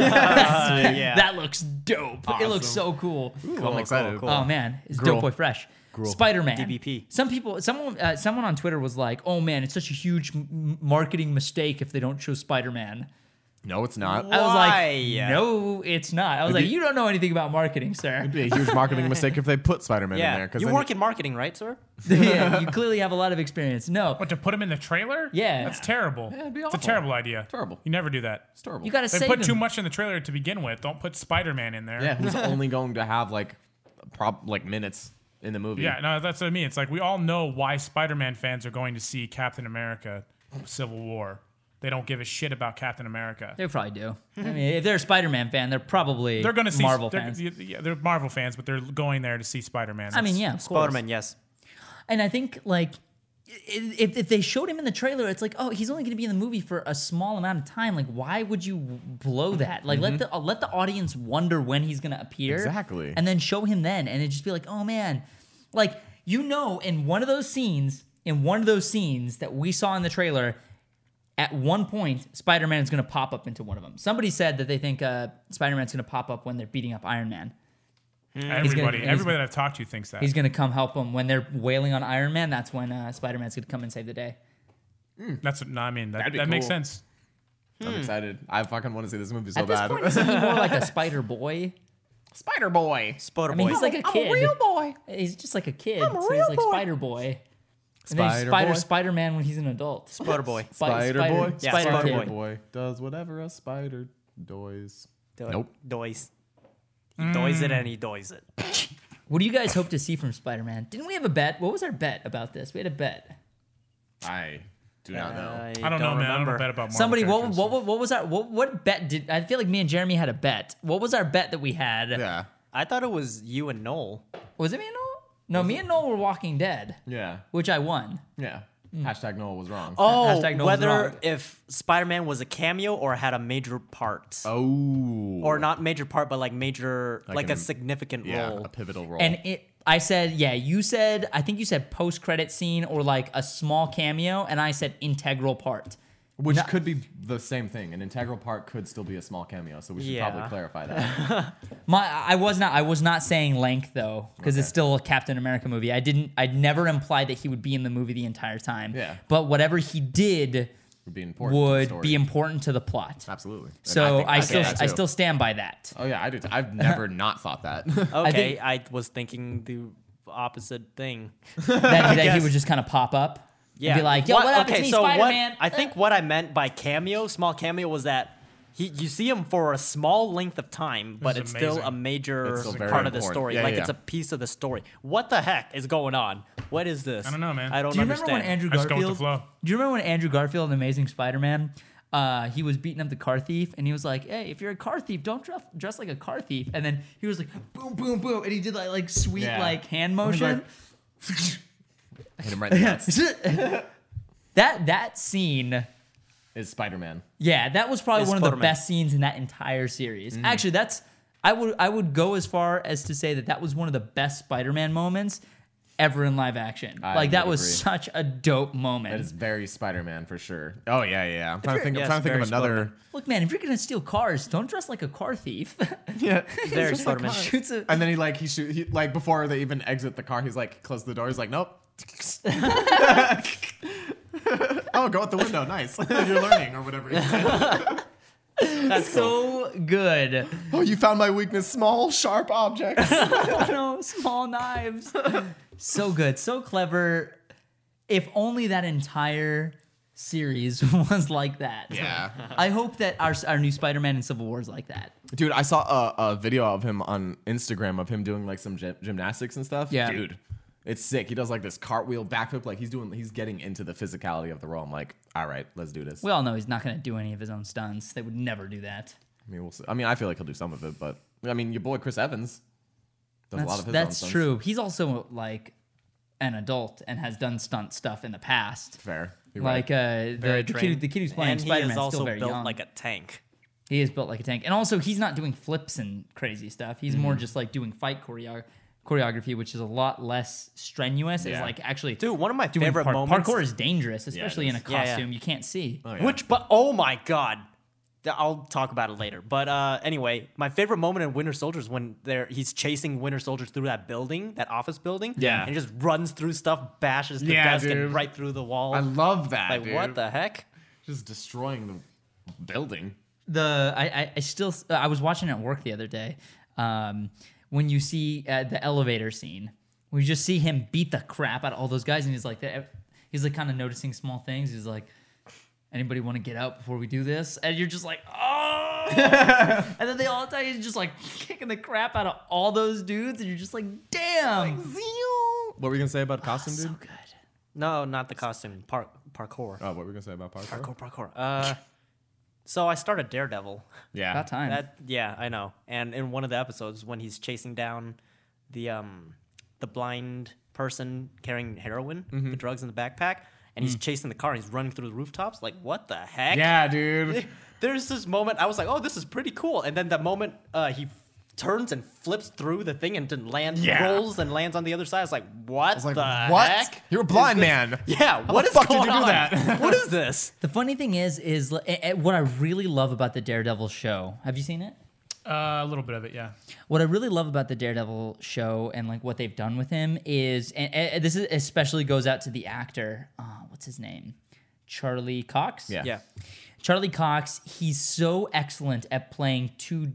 yeah.
That looks dope. It looks so cool.
I'm excited.
cool.
Oh man, it's
Gruel.
Dope Boy Fresh. Spider Man.
DBP.
Some people, someone, uh, someone on Twitter was like, "Oh man, it's such a huge m- marketing mistake if they don't show Spider Man."
No, it's not.
I was
Why?
like, "No, it's not." I was
It'd
like,
be-
"You don't know anything about marketing, sir.
It'd be a huge marketing mistake if they put Spider-Man in
yeah.
there because
you work in marketing, right, sir?
yeah, you clearly have a lot of experience." No,
What to put him in the trailer?
Yeah.
that's terrible.
it'd be
It's
awful.
a terrible idea.
Terrible.
You never do that.
it's terrible.
you got to
They
save
put
him.
too much in the trailer to begin with. Don't put Spider Man in there.
yeah, who's only going to have like prob like minutes. in the movie.
Yeah, no, that's what I mean. It's like we all know why Spider-Man fans are going to see Captain America: Civil War. They don't give a shit about Captain America.
They probably do. I mean, if they're a Spider-Man fan, they're probably
They're going to see
Marvel
they're,
fans.
Yeah, they're Marvel fans, but they're going there to see Spider-Man.
I mean, yeah, of course.
Spider-Man, yes.
And I think like i- if, if they showed him in the trailer, it's like, oh, he's only going to be in the movie for a small amount of time. Like, why would you blow that? Like, let the uh, let the audience wonder when he's going to appear,
Exactly.
and then show him then, and it just be like, oh man, like you know, in one of those scenes, in one of those scenes that we saw in the trailer. At one point, Spider Man is going to pop up into one of them. Somebody said that they think uh, Spider Man's going to pop up when they're beating up Iron Man. He's gonna-
everybody,
he's-
everybody that I've talked to thinks that.
He's gonna come help them when they're wailing on Iron Man. That's when uh, Spider Man's gonna come and save the day.
That's what, no, I mean, that,
That'd be
that makes
cool.
sense.
I'm excited. I fucking want to see this movie so
Hmm. At this
bad.
point, isn't he more like a Spider Boy?
Spider Boy.
Spider
I mean,
Boy.
he's like a kid.
boy.
He's just like a kid. so he's like Spider Boy. And then he's
Spider
Spider
Boy.
Spider Man when he's an adult. Sp-
Spider Boy.
Spider Boy.
Yeah,
Spider,
Spider
Kid.
Boy.
Boy does whatever a spider does.
Do-
Nope.
Doys. He
Mm.
doys it and he doys it.
What do you guys hope to see from Spider Man? Didn't we have a bet? What was our bet about this? We had a bet.
I do not
Uh,
know.
I don't, know, man. I don't know bad about Marvel
Somebody, what,
characters.
what, what, was our what, what bet did? I feel like me and Jeremy had a bet. What was our bet that we had?
Yeah.
I thought it was you and Noel.
Was it me and Noel? No, me and Noel were Walking Dead,
Yeah.
which I won.
Yeah.
Mm.
Hashtag Noel was wrong.
Oh,
Hashtag Noel's
whether
wrong.
if Spider-Man was a cameo or had a major part,
Oh.
or not major part, but like major, like, a
an-
significant
Yeah,
role.
a pivotal role.
And it, I said, yeah, you said, I think you said post credit scene or like a small cameo, and I said integral part.
Which could be the same thing. An integral part could still be a small cameo, so we should
Yeah.
probably clarify that.
My, I was not, I was not saying length though, because it's still a Captain America movie. I didn't, I never implied that he would be in the movie the entire time.
Yeah.
But whatever he did
Would be important. to the
would
story.
be important to the plot.
Absolutely. And
So I,
think- think
still,
that
I
too.
still stand by that.
Oh yeah, I do. Too. I've never not thought that.
okay, I,
think-
was thinking the opposite thing.
That, that he
guess.
would just kind of pop up.
Yeah,
And be like, yo, what, happened to me,
what
Spider-Man?
I think what I meant by cameo, small cameo, was that he you see him for a small length of time, but
is
it's still
amazing.
a major
It's still very
part of the
important.
story.
Yeah,
like
yeah,
it's
yeah.
a piece of the story. What the heck is going on? What is this?
I don't know, man.
I don't
Do you
understand.
remember when Andrew
I just go with the
Garfield?
flow.
Do you remember when Andrew Garfield, in Amazing Spider-Man, uh, he was beating up the car thief, and he was like, "Hey, if you're a car thief, don't dress, dress like a car thief." And then he was like, "Boom, boom, boom," and he did like like sweet
Yeah.
like hand
was like-
motion.
Hit him right in the nuts.
that that scene,
Is Spider Man.
yeah, that was probably
It's
one of the
Spider-Man.
best scenes in that entire series.
Mm.
Actually, that's I would I would go as far as to say that that was one of the best Spider-Man moments ever in live action.
I
like that
would
was
agree.
such a dope moment.
That is very Spider Man for sure. Oh yeah, yeah. yeah. I'm trying to think.
yes,
I'm trying to think
very
of another.
Look, man, if you're gonna steal cars, don't dress like a car thief.
Yeah.
Very Spider-Man.
Shoots a-
And then he like he shoot he, like before they even exit the car, he's like close the door. He's like, nope. oh, go out the window. Nice. You're learning or whatever. he said.
That's so good.
oh, you found my weakness. Small, sharp objects.
Oh no, small knives. So good, so clever. If only that entire series was like that.
Yeah.
I hope that our our new Spider-Man in Civil War is like that.
Dude, I saw a, a video of him on Instagram of him doing like some gy- gymnastics and stuff.
Yeah.
Dude, it's sick. He does like this cartwheel backflip. Like he's doing, he's getting into the physicality of the role. I'm like, all right, let's do this.
We all know he's not gonna do any of his own stunts. They would never do that.
I mean, we'll see. I mean, I feel like he'll do some of it, but I mean, your boy Chris Evans does
That's,
a lot of his own
that's
stunts.
true. He's also like an adult and has done stunt stuff in the past.
Fair. You're
Like
right.
uh, the, the, kid,
trained.
the kid who's playing
and he
Spider-Man
is
is still
also
very
built
young.
like a tank.
He is built like a tank, and also he's not doing flips and crazy stuff. He's more
Mm-hmm.
just like doing fight choreo- choreography, which is a lot less strenuous. It's
Yeah.
like actually
Dude, one of my
doing
favorite
park-
moments.
Parkour is dangerous, especially in a
Yeah, yeah.
costume you can't see.
Oh, yeah.
Which, but oh my god, Th- I'll talk about it later. But uh, anyway, my favorite moment in Winter Soldier is when there he's chasing Winter Soldier through that building, that office building.
Yeah.
and he just runs through stuff, bashes the
Yeah,
desk,
dude.
and right through the wall.
I love that.
like
dude.
what the heck?
Just destroying the building.
The I, I, I still I was watching it at work the other day. Um, when you see uh, the elevator scene, we just see him beat the crap out of all those guys, and he's like, eh, he's like kind of noticing small things. He's like, anybody want to get out before we do this? And you're just like, oh. and then they all tell you, he's just like kicking the crap out of all those dudes, and you're just like, damn.
What were you gonna say about costume, dude?
good.
No, not the costume. Par- parkour.
Oh, what were we gonna say about parkour?
Parkour, parkour. Uh, so I started Daredevil.
Yeah.
About time.
That yeah, I know. And in one of the episodes, when he's chasing down the um the blind person carrying heroin,
Mm-hmm.
the drugs in the backpack, and he's chasing the car and he's running through the rooftops. Like what the heck?
Mm. Yeah, dude.
There's this moment I was like, oh, this is pretty cool. And then the moment uh, he f- turns and flips through the thing and then lands,
Yeah.
rolls and lands on the other side. It's like what
was like,
the
"What?
heck?
You're a
is
blind
this-
man.
Yeah, what
the
is
fuck did
going
you do
on?
that?
what is this?
The funny thing is, is li- eh, eh, what I really love about the Daredevil show. Have you seen it?
Uh, a little bit of it, yeah.
What I really love about the Daredevil show and like what they've done with him is, and, and this is especially goes out to the actor. Uh, what's his name? Charlie Cox.
Yeah.
Yeah.
Charlie Cox, he's so excellent at playing two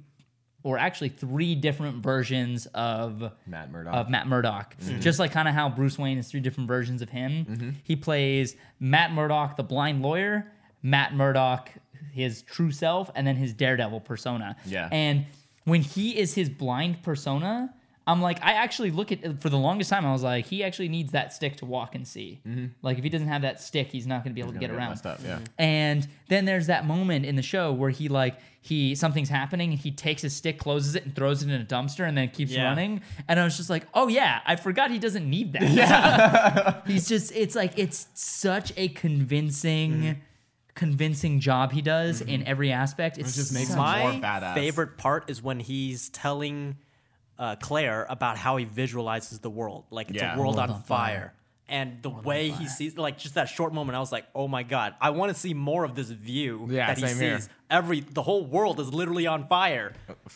or actually three different versions of
Matt Murdock.
Of Matt Murdock.
Mm-hmm.
Just like kind of how Bruce Wayne is three different versions of him. He plays Matt Murdock, the blind lawyer, Matt Murdock, his true self, and then his daredevil persona.
Yeah.
And when he is his blind persona, I'm like, I actually look at for the longest time, I was like, he actually needs that stick to walk and see. Like if he doesn't have that stick, he's not gonna be able to get
Mm-hmm. Gonna get
around.
messed up, yeah.
And then there's that moment in the show where he like he something's happening and he takes his stick, closes it, and throws it in a dumpster, and then it keeps
Yeah.
running. And I was just like, oh yeah, I forgot he doesn't need that. He's just it's like it's such a convincing, convincing job he does in every aspect. It's
just makes
so-
him
My
more badass.
favorite part is when he's telling uh, Claire about how he visualizes the world, like it's
Yeah.
a world,
World
on,
on
fire.
fire.
And the way he sees, like just that short moment, I was like, "Oh my god, I want to see more of this view
Yeah,
that he
same here.
sees. Every the whole world is literally on fire.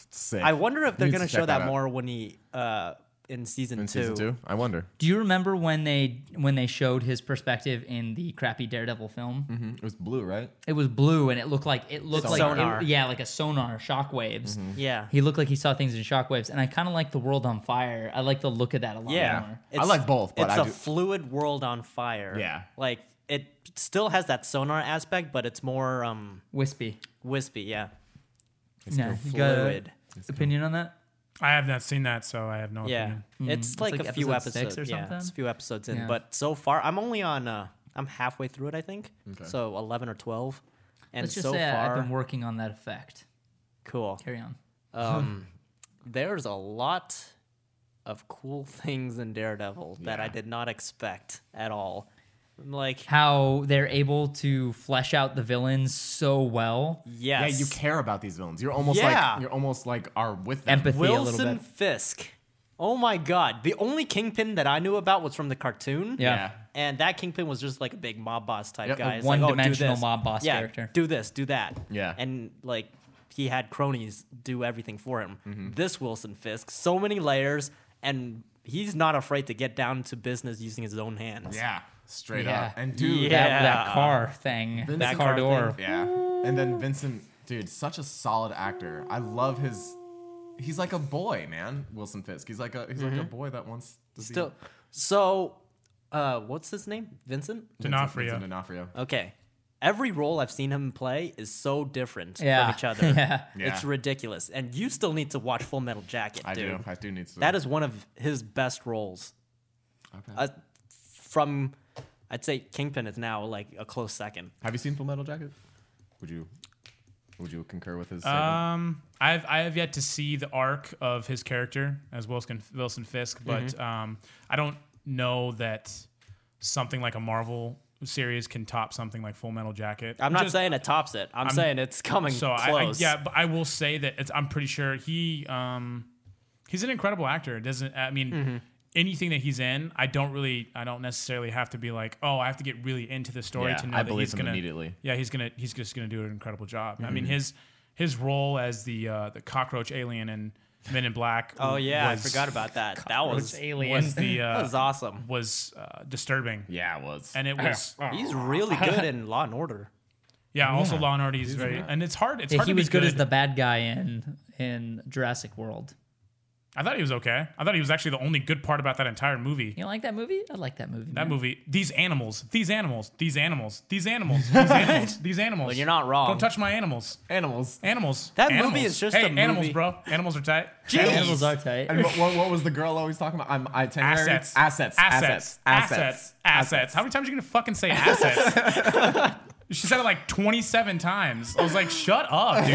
Sick.
I wonder if they're
Needs
gonna
check
show that,
out
more when he uh, in season
in
two.
season two. I wonder.
Do you remember when they when they showed his perspective in the crappy Daredevil film?
It was blue, right?
It was blue and it looked like it looked like
Sonar.
it- yeah, like a sonar, shockwaves.
Yeah,
He looked like he saw things in shockwaves, and I kind of like the world on fire. I like the look of that a lot
yeah.
more.
I like both, but
it's
I
a
do-
fluid world on fire.
Yeah.
like it still has that sonar aspect, but it's more um,
Wispy.
wispy. Yeah,
yeah, you got a
fluid.
opinion on that?
I have not seen that, so I have no
Yeah,
opinion.
it's like,
Mm. like
a few
episode
episodes.
six or
Yeah, it's a
something?
few episodes in,
Yeah.
but so far I'm only on. Uh, I'm halfway through it, I think. So eleven or twelve, and
Let's just
so
say I-
far,
I've been working on that effect.
cool.
Carry on.
Um, there's a lot of cool things in Daredevil that I did not expect at all. I'm like,
How they're able to flesh out the villains so well.
Yeah,
yes,
you care about these villains. You're almost
Yeah.
like you're almost like are with them.
Empathy a little
Wilson
bit.
Fisk. Oh my God! The only kingpin that I knew about was from the cartoon.
Yeah.
And that Kingpin was just like a big mob boss type
Yep, a
guy. It's like,
one-dimensional
oh, do this.
mob boss
yeah,
character.
Do this, do that.
Yeah.
And like he had cronies do everything for him.
Mm-hmm.
This Wilson Fisk, so many layers, and he's not afraid to get down to business using his own hands.
Yeah. Straight up.
Yeah.
And dude,
Yeah.
That, that car thing. that
Vincent
car
Car thing.
door.
Yeah. And then Vincent, dude, such a solid actor. I love his. He's like a boy, man. Wilson Fisk. He's like a he's like a boy that wants to see
Still, so uh, what's his name? Vincent.
Vincent-
D'Onofrio.
Vincent D'Onofrio.
Okay. Every role I've seen him play is so different
Yeah.
from each other.
Yeah.
It's
Yeah.
ridiculous. And you still need to watch Full Metal Jacket,
I
dude.
do. I do need to.
That is one of his best roles.
Okay.
Uh, from, I'd say Kingpin is now like a close second.
Have you seen Full Metal Jacket? Would you Would you concur with his? statement?
Um, I've I have yet to see the arc of his character as Wilson Wilson Fisk, but
Mm-hmm.
um, I don't know that something like a Marvel series can top something like Full Metal Jacket.
I'm not
Just-
saying it tops it. I'm, saying it's coming
so. I, I
close.
yeah, but I will say that it's, I'm pretty sure he um, he's an incredible actor. It doesn't I mean. Anything that he's in, I don't really, I don't necessarily have to be like, oh, I have to get really into the story
Yeah,
to know
I
that
believe
he's
him
gonna
immediately.
yeah, he's gonna he's just gonna do an incredible job. I mean his his role as the uh, the cockroach alien in Men in Black.
Oh yeah,
was,
I forgot about that. That was
Cockroach alien.
was the uh,
that was awesome.
was uh, disturbing,
yeah, it was.
and it was
He's really good in Law and Order.
yeah. Also, Law and Order is very and it's hard. It's
Yeah,
hard
he
to be
was good, as
good.
the bad guy in in Jurassic World.
I thought he was okay. I thought he was actually the only good part about that entire movie.
You don't like that movie? I like that movie.
That
man.
movie, these animals, these animals, these animals, these animals, these animals, these animals.
Well, you're not wrong.
Don't touch my animals.
Animals.
Animals.
That movie
animals.
is just
hey,
a
animals,
movie.
bro. Animals are tight.
Animals are tight.
And what, what, what was the girl always talking about? I'm itinerary.
Assets.
Assets.
Assets. Assets. Assets. How many times are you gonna fucking say assets? she said it like 27 times. I was like, shut up, dude.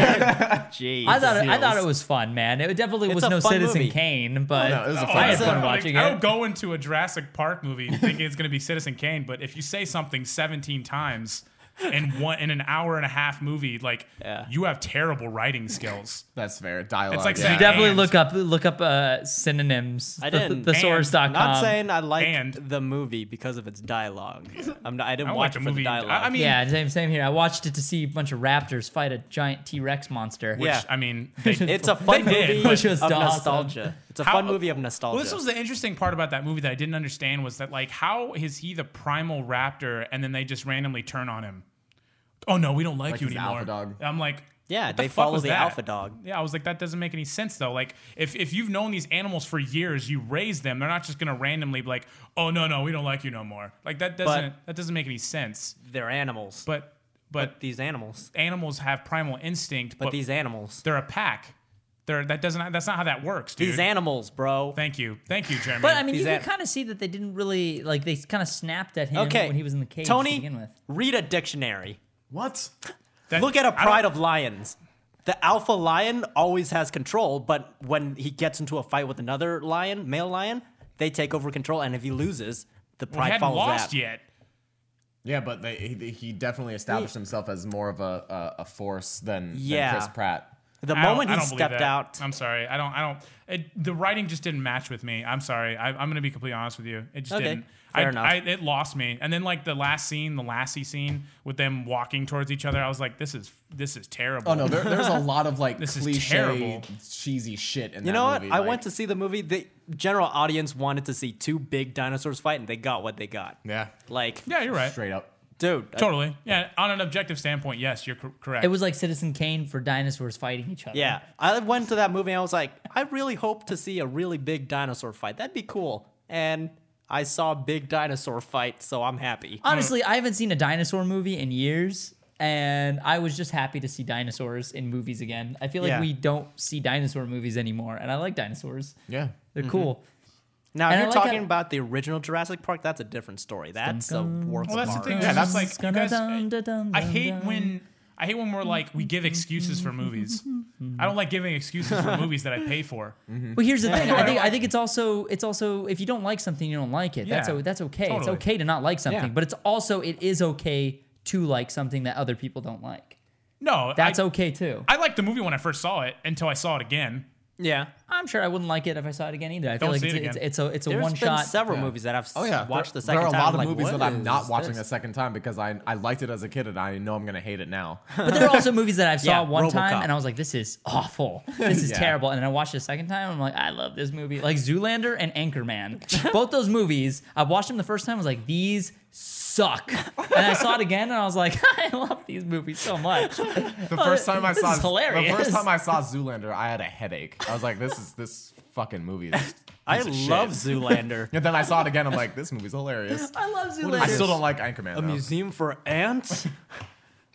Jeez.
I thought it, I thought it was fun, man. It definitely
It's
was
a
no
fun
Citizen
movie.
Kane, but
Oh, no, it was a fun
I had
movie. Oh,
fun
don't
watching
think- I
it.
don't go into a Jurassic Park movie thinking it's going to be Citizen Kane, but if you say something 17 times in one in an hour and a half movie, like
Yeah.
you have terrible writing skills.
That's fair. Dialogue.
It's like
You
saying-
yeah.
definitely
And-
look up look up uh, synonyms.
I
the-
didn't.
The, source.com.
Not saying I liked
Um, And-
the movie because of its dialogue. I'm not, I didn't
I don't
watch
like the
it for
movie.
the dialogue.
I, I mean,
Yeah, same same here. I watched it to see a bunch of raptors fight a giant T Rex monster.
which,
yeah.
I mean, they,
it's a fun
They did,
movie
which
of
was awesome.
nostalgia. It's a
How-
fun movie of nostalgia.
Well, this was the interesting part about that movie that I didn't understand was that like how is he the primal raptor and then they just randomly turn on him? Oh no, we don't like,
Like
you
he's an
anymore.
alpha dog.
I'm like,
yeah,
what
they
fuck
follow
was
the
that?
alpha dog.
Yeah, I was like, that doesn't make any sense though. Like, if if you've known these animals for years, you raise them. They're not just gonna randomly be like, oh no no, we don't like you no more. Like that doesn't that doesn't make any sense.
They're animals.
But but,
these animals.
animals have primal instinct. But,
But these animals.
they're a pack. They're that doesn't that's not how that works, dude.
These animals, bro.
Thank you, thank you, Jeremy.
But I mean,
He's
you can
at-
kind of see that they didn't really like. They kind of snapped at him
Okay.
when he was in the cage
Tony,
to begin with.
read a dictionary.
What?
That-
Look at a
I don't-
pride of lions. The alpha lion always has control, but when he gets into a fight with another lion, male lion, they take over control, and if he loses, the
we
pride
hadn't
follows
lost
that.
yet.
Yeah, but they, he, he definitely established himself as more of a, a, a force than,
Yeah.
than Chris Pratt.
The
I don't-
moment
I
he
don't believe
stepped
that.
out,
I'm sorry. I don't. I don't. It, the writing just didn't match with me. I'm sorry. I, I'm going to be completely honest with you. It just
Okay.
didn't.
Fair
I,
enough.
I, it lost me. And then like the last scene, the lassie scene with them walking towards each other, I was like, this is this is terrible.
Oh no, there, there's a lot of like
This is
cliche,
terrible.
cheesy shit in
you
that
know what?
movie,
I
like-
went to see the movie. The general audience wanted to see two big dinosaurs fight, and they got what they got.
yeah,
Like,
Yeah, you're right.
straight up.
dude, I-
Totally. Yeah. On an objective standpoint, yes, you're cor- correct.
It was like Citizen Kane for dinosaurs fighting each other.
yeah. I went to that movie, and I was like, I really hope to see a really big dinosaur fight. That'd be cool. And I saw a big dinosaur fight, so I'm happy.
Honestly, I haven't seen a dinosaur movie in years, and I was just happy to see dinosaurs in movies again. I feel like
Yeah.
we don't see dinosaur movies anymore, and I like dinosaurs.
Yeah,
They're
Mm-hmm.
cool.
Now, if
And I
you're
like
talking
how-
about the original Jurassic Park, that's a different story. That's a work
Well,
of
that's the
art.
thing.
Yeah,
Yeah, that's
that's
like
It's
you
gonna
guys,
dun, dun, dun,
I
dun,
hate
dun.
when I hate when we're like we give excuses for movies. I don't like giving excuses for movies that I pay for.
Well, here's the thing. I think I think it's also it's also if you don't like something, you don't like it. That's
Yeah,
o- that's okay. It's
totally.
okay to not like something,
Yeah.
but it's also it is okay to like something that other people don't like.
No,
That's
I,
okay too.
I liked the movie when I first saw it until I saw it again.
Yeah.
I'm sure I wouldn't like it if I saw it again either. I feel
Don't
like
see
it's,
it
it's,
again.
it's a it's a
There's
one
been
shot.
several movies that I've
oh yeah.
watched
there,
the second
there are a
time.
lot
I'm
of
like,
movies
"What
that I'm
is
not watching
this?"
the second time because I I liked it as a kid and I know I'm gonna hate it now.
but there are also movies that I saw
Yeah,
one time
RoboCop.
and I was like, this is awful. This is
Yeah.
terrible. And then I watched it a second time and I'm like, I love this movie. Like Zoolander and Anchorman. Both those movies, I watched them the first time. I was like, these suck. And I saw it again and I was like, I love these movies so much.
The first time I
this
saw
is hilarious.
the first time I saw Zoolander, I had a headache. I was like, this is this fucking movie. Is
I
piece of
love
shit.
Zoolander.
And then I saw it again. I'm like, this movie's hilarious.
I love Zoolander.
I still don't like Anchorman.
A
though.
museum for ants?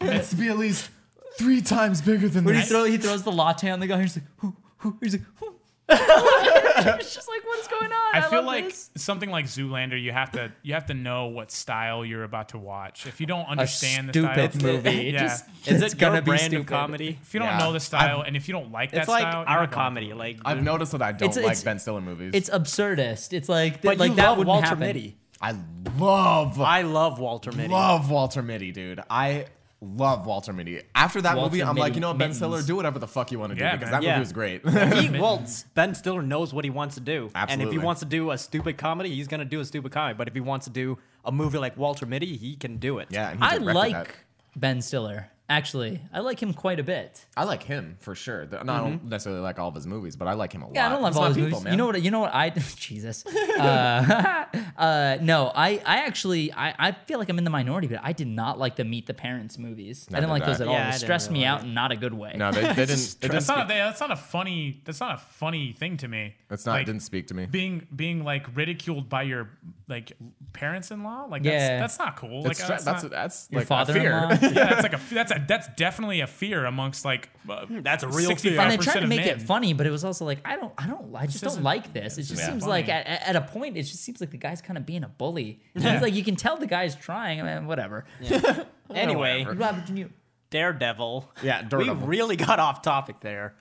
It has to be at least three times bigger than
When he,
this.
throw, he throws the latte on the guy, he's like, who, who, he's like, who. it's just like, what is going on? I,
I feel
love
like
this.
something like Zoolander, you have to you have to know what style you're about to watch. If you don't
a
understand the style,
stupid movie.
yeah.
Just-
Is
it's
it your
gonna be
brand of
stupid.
comedy?
if you don't
Yeah.
know the style and if you don't like that
It's like
style, you're
our
not gonna-
comedy. Like,
I've noticed that I don't
It's-
like
it's-
Ben Stiller movies.
It's absurdist. It's like,
but
like
you
that
love
wouldn't
Walter
happen.
Mitty.
I love
I love Walter Mitty.
love Walter Mitty, dude. I love Walter Mitty. After that
Walter
movie, I'm like,
Mitty-
you know what, Ben
Mittens.
Stiller, do whatever the fuck you want to do
Yeah,
because
man.
that
Yeah.
movie was great.
He, well, Ben Stiller knows what he wants to do. And if
Absolutely.
he wants to do a stupid comedy, he's going to do a stupid comedy. But if he wants to do a movie like Walter Mitty, he can do it.
yeah, and he
I
directed
like
that.
Ben Stiller. Actually, I like him quite a bit.
I like him for sure. The- no, I don't necessarily like all of his movies, but I like him a lot.
Mm-hmm. Yeah, I don't love
He's
all
my
his
people,
movies.
Man.
You know what? You know what? I Jesus. Uh, uh, no, I, I actually, I, I feel like I'm in the minority, but I did not like the Meet the Parents movies. I
Neither
didn't like
did
those
I.
at
Yeah, I
all. They
didn't
stressed me
really
out in not a good way.
No, they, they didn't. It didn't
That's not,
speak,
they, that's not a funny. That's not a funny thing to me.
that's not.
Like,
didn't speak to me.
being being like ridiculed by your like parents-in-law. Like
Yeah.
that's that's not cool. Like
It's stra-
that's,
that's
not,
that's
uh, Your father-in-law.
like a fear.
yeah, that's like a that's a that's definitely a fear amongst like uh,
Hmm, That's a real fear.
65%
And
and they tried to
of
make
men.
it funny, but it was also like I don't, I don't, I just don't
isn't-
like this. It just
isn't
seems
funny.
like at, at a point, it just seems like the guy's kind of being a bully. And
Yeah.
He's like, you can tell the guy's trying. I mean, whatever.
Anyway,
whatever.
Robert De Niro.
Daredevil.
Yeah, Daredevil.
We really got off topic there.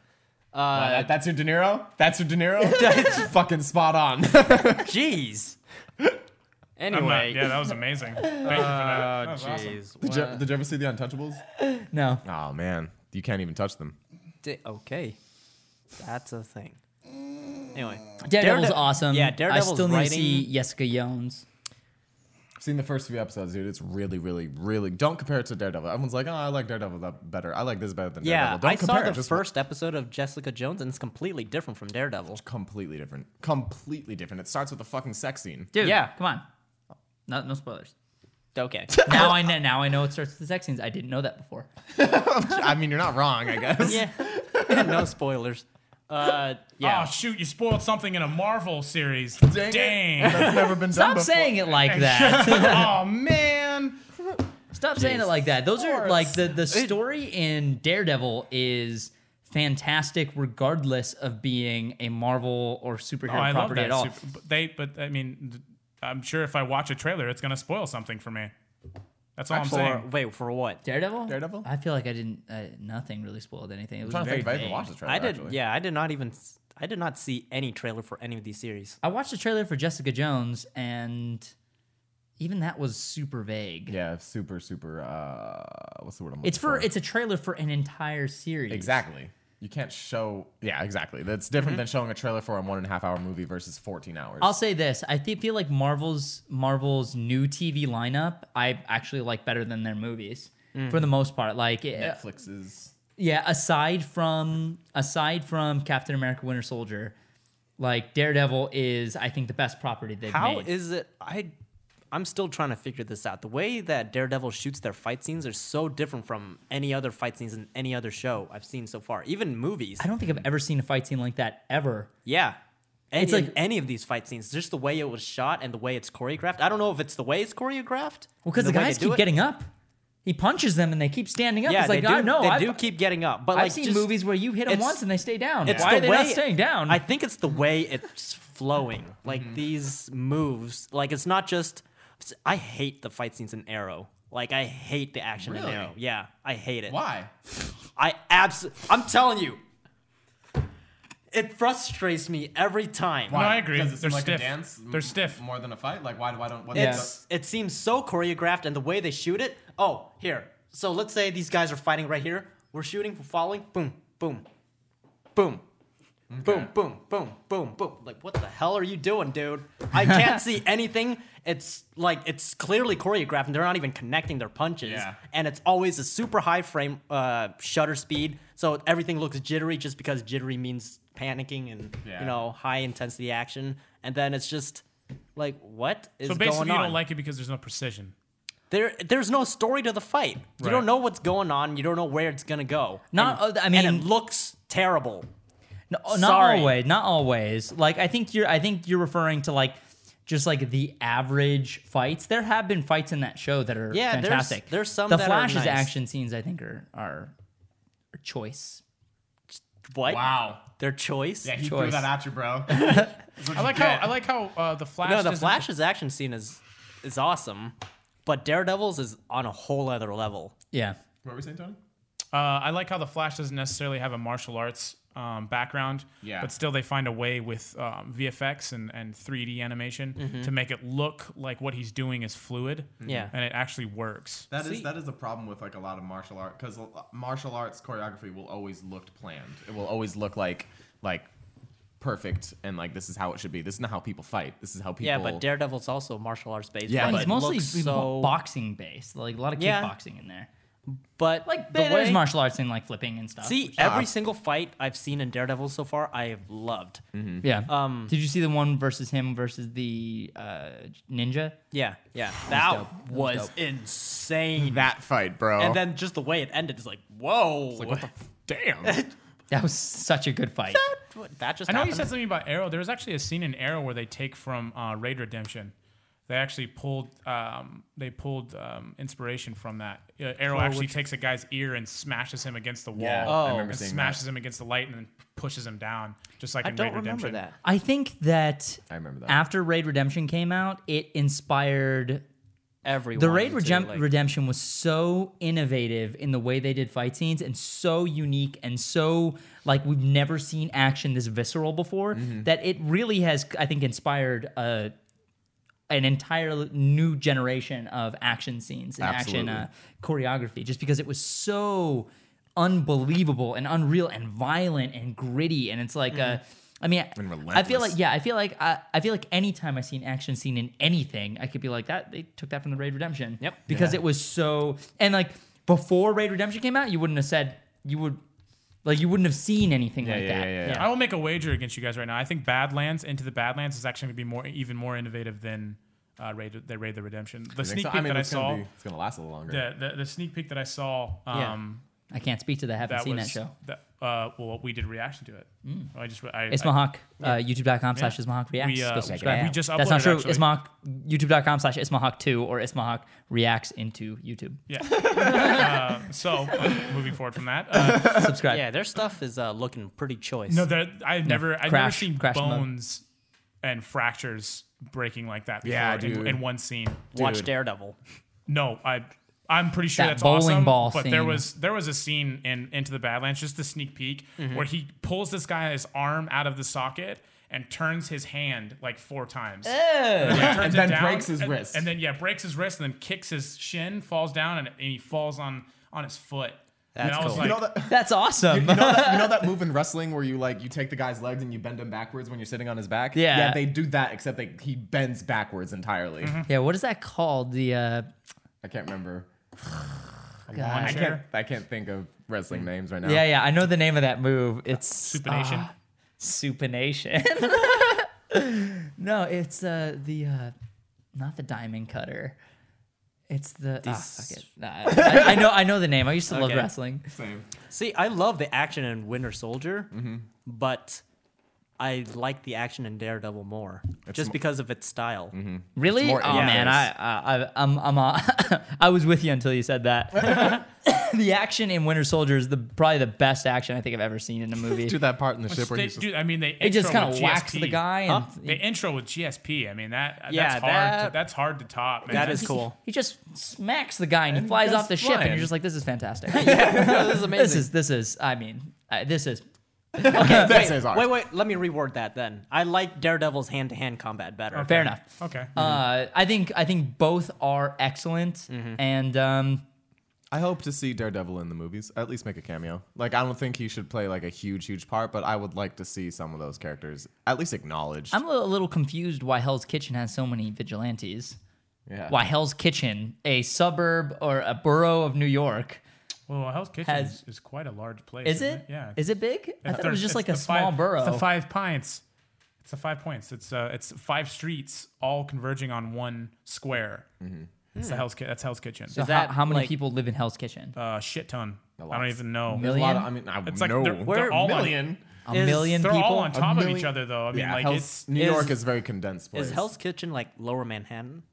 Uh, that- that's your De Niro. That's your De Niro. It's fucking spot on.
Jeez.
I'm not-
Anyway.
yeah, that was amazing. Thank you for
Oh,
that. That was awesome.
Did you, did you ever see the Untouchables?
No,
Oh man, you can't even touch them.
Di- okay. That's a thing. Anyway.
Daredevil's
Darede-
awesome.
Yeah,
I
Daredevil's
still need
writing-
to see Jessica Jones.
I've seen the first few episodes, dude. It's really, really, really. Don't compare it to Daredevil. Everyone's like, oh, I like Daredevil that better. I like this better than
Yeah,
Daredevil. Don't
I saw
compare it.
the
Just
first episode of Jessica Jones and it's completely different from Daredevil.
completely different. Completely different. It starts with a fucking sex scene.
Dude,
Yeah.
come on. No, no spoilers.
Okay.
Now I know. Now I know it starts with the sex scenes. I didn't know that before.
I mean, you're not wrong, I guess.
yeah. no spoilers. Uh, yeah.
Oh shoot, you spoiled something in a Marvel series.
Dang
Dang.
it. That's never been done
Stop
before.
saying it like that.
oh man.
Stop saying it like that. Those are like the the story in Daredevil is fantastic, regardless of being a Marvel or superhero
Oh, I love
property
that.
at all.
super- but they, but I mean, th- I'm sure if I watch a trailer, it's gonna spoil something for me. That's all I'm
for,
saying.
Wait, for what?
Daredevil.
Daredevil?
I feel like I didn't. Uh, nothing really spoiled anything. It was
I'm trying
very
to think if I even
vague.
watched this trailer.
I did.
actually.
Yeah, I did not even. s- I did not see any trailer for any of these series.
I watched the trailer for Jessica Jones, and even that was super vague.
Yeah, super, super. Uh, what's the word I'm
It's for
looking
it's a trailer for an entire series.
Exactly. You can't show. Yeah, exactly. That's
Mm-hmm.
different than showing a trailer for a one and a half hour movie versus 14 hours.
I'll say this: I thi- feel like Marvel's Marvel's new TV lineup I actually like better than their movies
Mm.
for the most part. Like, it-
Netflix's.
yeah, aside from aside from Captain America: Winter Soldier, like Daredevil is I think the best property they've
How
made.
is it? I, I'm still trying to figure this out. The way that Daredevil shoots their fight scenes are so different from any other fight scenes in any other show I've seen so far, even movies.
I don't think I've ever seen a fight scene like that ever.
Yeah. Any,
It's
it's
like-
like any of these fight scenes, just the way it was shot and the way it's choreographed. I don't know if it's the way it's choreographed.
Well, because
and
the,
way
guys
they do
keep
it.
getting up. He punches them and they keep standing up.
Yeah,
it's like,
they do.
I know.
they
I've,
do keep getting up, but
I've
like
seen
just-
movies where you hit them
it's-
once and they stay down.
It's
Why
the
are they
way
not staying down? Hmm.
I think it's the way it's flowing. Like these moves, like it's not just. I hate the fight scenes in Arrow. Like I hate the action
Really?
in Arrow. Yeah, I hate it.
Why?
I absolutely. I'm telling you, it frustrates me every time.
No, I agree.
Because it's
They're
like
stiff.
a dance. m-
They're stiff.
More than a fight. Like why? Why don't? Why
Yeah.
It's it seems so choreographed, and the way they shoot it. Oh, here. So let's say these guys are fighting right here. We're shooting, we're falling. Boom, boom, boom, boom, boom, boom, boom, boom. Like, what the hell are you doing, dude? I can't see anything. It's like it's clearly choreographed, and they're not even connecting their punches.
Yeah.
And it's always a super high frame uh, shutter speed, so everything looks jittery, just because jittery means panicking and
Yeah.
you know high intensity action. And then it's just like, what is
So
going on?
basically, you don't like it because there's no precision.
There, there's no story to the fight. You
Right.
don't know what's going on. You don't know where it's gonna go.
Not-
And-
uh, I mean-
and it looks terrible.
No, not
Sorry.
always. Not always. Like I think you're. I think you're referring to like just like the average fights. There have been fights in that show that are
Yeah, there's-
fantastic.
there's some
The
that are
Flash's
nice.
action scenes I think are are, are choice.
What?
Wow.
Their choice.
Yeah, he
Choice.
threw that at you, bro.
I like how I like how uh, the Flash.
no, the
doesn't-
Flash's action scene is is awesome, but Daredevil's is on a whole other level.
Yeah.
what were we saying, Tony?
Uh, I like how the Flash doesn't necessarily have a martial arts um, background.
Yeah.
But still, they find a way with um, VFX and, and 3D animation to make it look like what he's doing is fluid.
Yeah.
And it actually works.
That is
See-
that is a problem with like a lot of martial art because martial arts choreography will always look planned. It will always look like like perfect and like this is how it should be. This is not how people fight. This is how people.
Yeah, but Daredevil's also martial arts based.
Yeah,
but
And
but
it's
it
mostly
looks
bo-
so.
boxing based. Like a lot of
Yeah.
kickboxing in there.
But
Like,
the
but there's
way-
martial arts and like flipping and stuff.
See, every single fight I've seen in Daredevil so far, I have loved.
yeah.
um,
Did you see the one versus him versus the uh, ninja?
Yeah, yeah. That was,
dope. That was dope.
insane.
That fight, bro.
And then just the way it ended is like, whoa.
Damn.
That was such a good fight.
that just
I know you
happened.
said something about Arrow. There was actually a scene in Arrow where they take from uh, Raid Redemption. They actually pulled um, they pulled um, inspiration from that. Uh, Arrow actually takes a guy's ear and smashes him against the wall.
Yeah,
I
and
remember
seeing
smashes him against the light and then pushes him down, just like
I
in
don't
Raid
remember
Redemption.
that.
I think that
I remember that.
after Raid Redemption came out, it inspired
Everyone.
the Raid
to,
Regem-
like-
Redemption was so innovative in the way they did fight scenes and so unique and so like we've never seen action this visceral before
Mm-hmm.
that it really has I think inspired uh, an entire new generation of action scenes and action uh, choreography just because it was so unbelievable and unreal and violent and gritty and it's like uh,
Mm-hmm.
I mean, I feel like yeah, I feel like I, I feel like anytime I see an action scene in anything, I could be like that. They took that from the Raid Redemption.
Yep.
because it was so and like before Raid Redemption came out, you wouldn't have said you would like you wouldn't have seen anything like
yeah,
that.
yeah, yeah.
I will make a wager against you guys right now. I think Badlands Into the Badlands is actually going to be more even more innovative than uh, Raid, the Raid the Redemption. The
Think
sneak
so?
peek that I
it's gonna
saw.
be- it's gonna last a little longer.
The, the, the sneak peek that I saw
Yeah.
um,
I can't speak to that. I haven't
that
seen
was
that show. Mm.
that uh, well we did a reaction to it. I just I,
It's
I,
Mahawk, uh, youtube.com slash Ismahawk Reacts.
We, uh,
Go
we-
subscribe.
we just
That's not
uploaded,
true.
actually.
Ismahawk, youtube.com slash Ismahawk 2 or Ismahawk Reacts into YouTube.
Yeah. uh, so uh, moving forward from that, uh,
Subscribe.
Yeah, their stuff is uh, looking pretty choice.
no, there, I've never I've never
Crash-
seen
Crash mode.
bones and fractures breaking like that. Before
Yeah,
in,
dude.
in one scene.
Watch
dude.
Daredevil.
No, I. I'm pretty sure
That
that's
bowling
awesome,
ball
but there
scene.
was there was a scene in Into the Badlands, just a sneak peek,
Mm-hmm.
where he pulls this guy's arm out of the socket and turns his hand like four times. Yeah, turns
And
it
then
down,
breaks his
and-
wrist.
And then yeah, breaks his wrist and then kicks his shin, falls down, and, and he falls on on his foot. and
That's
I was
cool.
like,
You know that.
That's awesome.
You know, that, you know that move in wrestling where you like you take the guy's legs and you bend him backwards when you're sitting on his back.
Yeah.
yeah, they do that except they, he bends backwards entirely.
yeah, what is that called? The, uh,
I can't remember.
God.
I
Sure.
can't. I can't think of wrestling names right now.
Yeah, yeah, I know the name of that move. It's
supination.
ah, supination. no, it's uh, the uh, not the diamond cutter. It's the ah, fuck it. Nah, I, I know I know the name. I used to love
Okay.
wrestling.
Same.
See, I love the action in Winter Soldier, but I like the action in Daredevil more, just because of its style.
Really?
more
oh
in your
man, I,
face.
I I I'm I'm uh, I was with you until you said that. the action in Winter Soldier is the probably the best action I think I've ever seen in a movie.
Do that part in the ship where
They,
he's just,
dude, I mean, they
it just
intro
kind of
with
whacks
GSP.
the guy and
Huh?
They intro with GSP. I mean, that
Yeah,
that's hard.
that-
to, that's hard to top, man.
That is cool.
he just smacks the guy and he flies
goes
off the ship and you're
flying.
just like this is fantastic.
this is amazing.
This is this is. I mean, uh, this is.
This
wait,
is art.
wait, wait, Let me reword that then. I like Daredevil's hand-to-hand combat better.
Fair enough.
Okay.
Uh, I think I think both are excellent,
Mm-hmm.
and um,
I hope to see Daredevil in the movies. At least make a cameo. Like I don't think he should play like a huge, huge part, but I would like to see some of those characters at least acknowledged.
I'm a little, a little confused why Hell's Kitchen has so many vigilantes.
yeah.
Why Hell's Kitchen, a suburb or a borough of New York,
well, Hell's Kitchen
Has-
is, is quite a large place.
is
isn't
it?
Yeah.
Is it big? I
It's
thought
the-
it was just
it's
like a
the
small
five,
borough.
It's the five pints. It's the five points. It's uh, it's five streets all converging on one square.
Mm-hmm.
It's the Hell's Ki- That's Hell's Kitchen.
Hmm. so
Is
how,
that,
how many
like-
people live in Hell's Kitchen?
uh, shit ton. I
lot.
don't even know.
Million?
There's a lot of- I mean, I
It's like
know.
they're,
Where-
they're all
million.
On,
A
is-
million
they're
people.
all on top of
million-
each other, though. I mean,
yeah,
like
Hell's-
it's
New
is-
York is a very condensed place.
Is Hell's Kitchen like Lower Manhattan?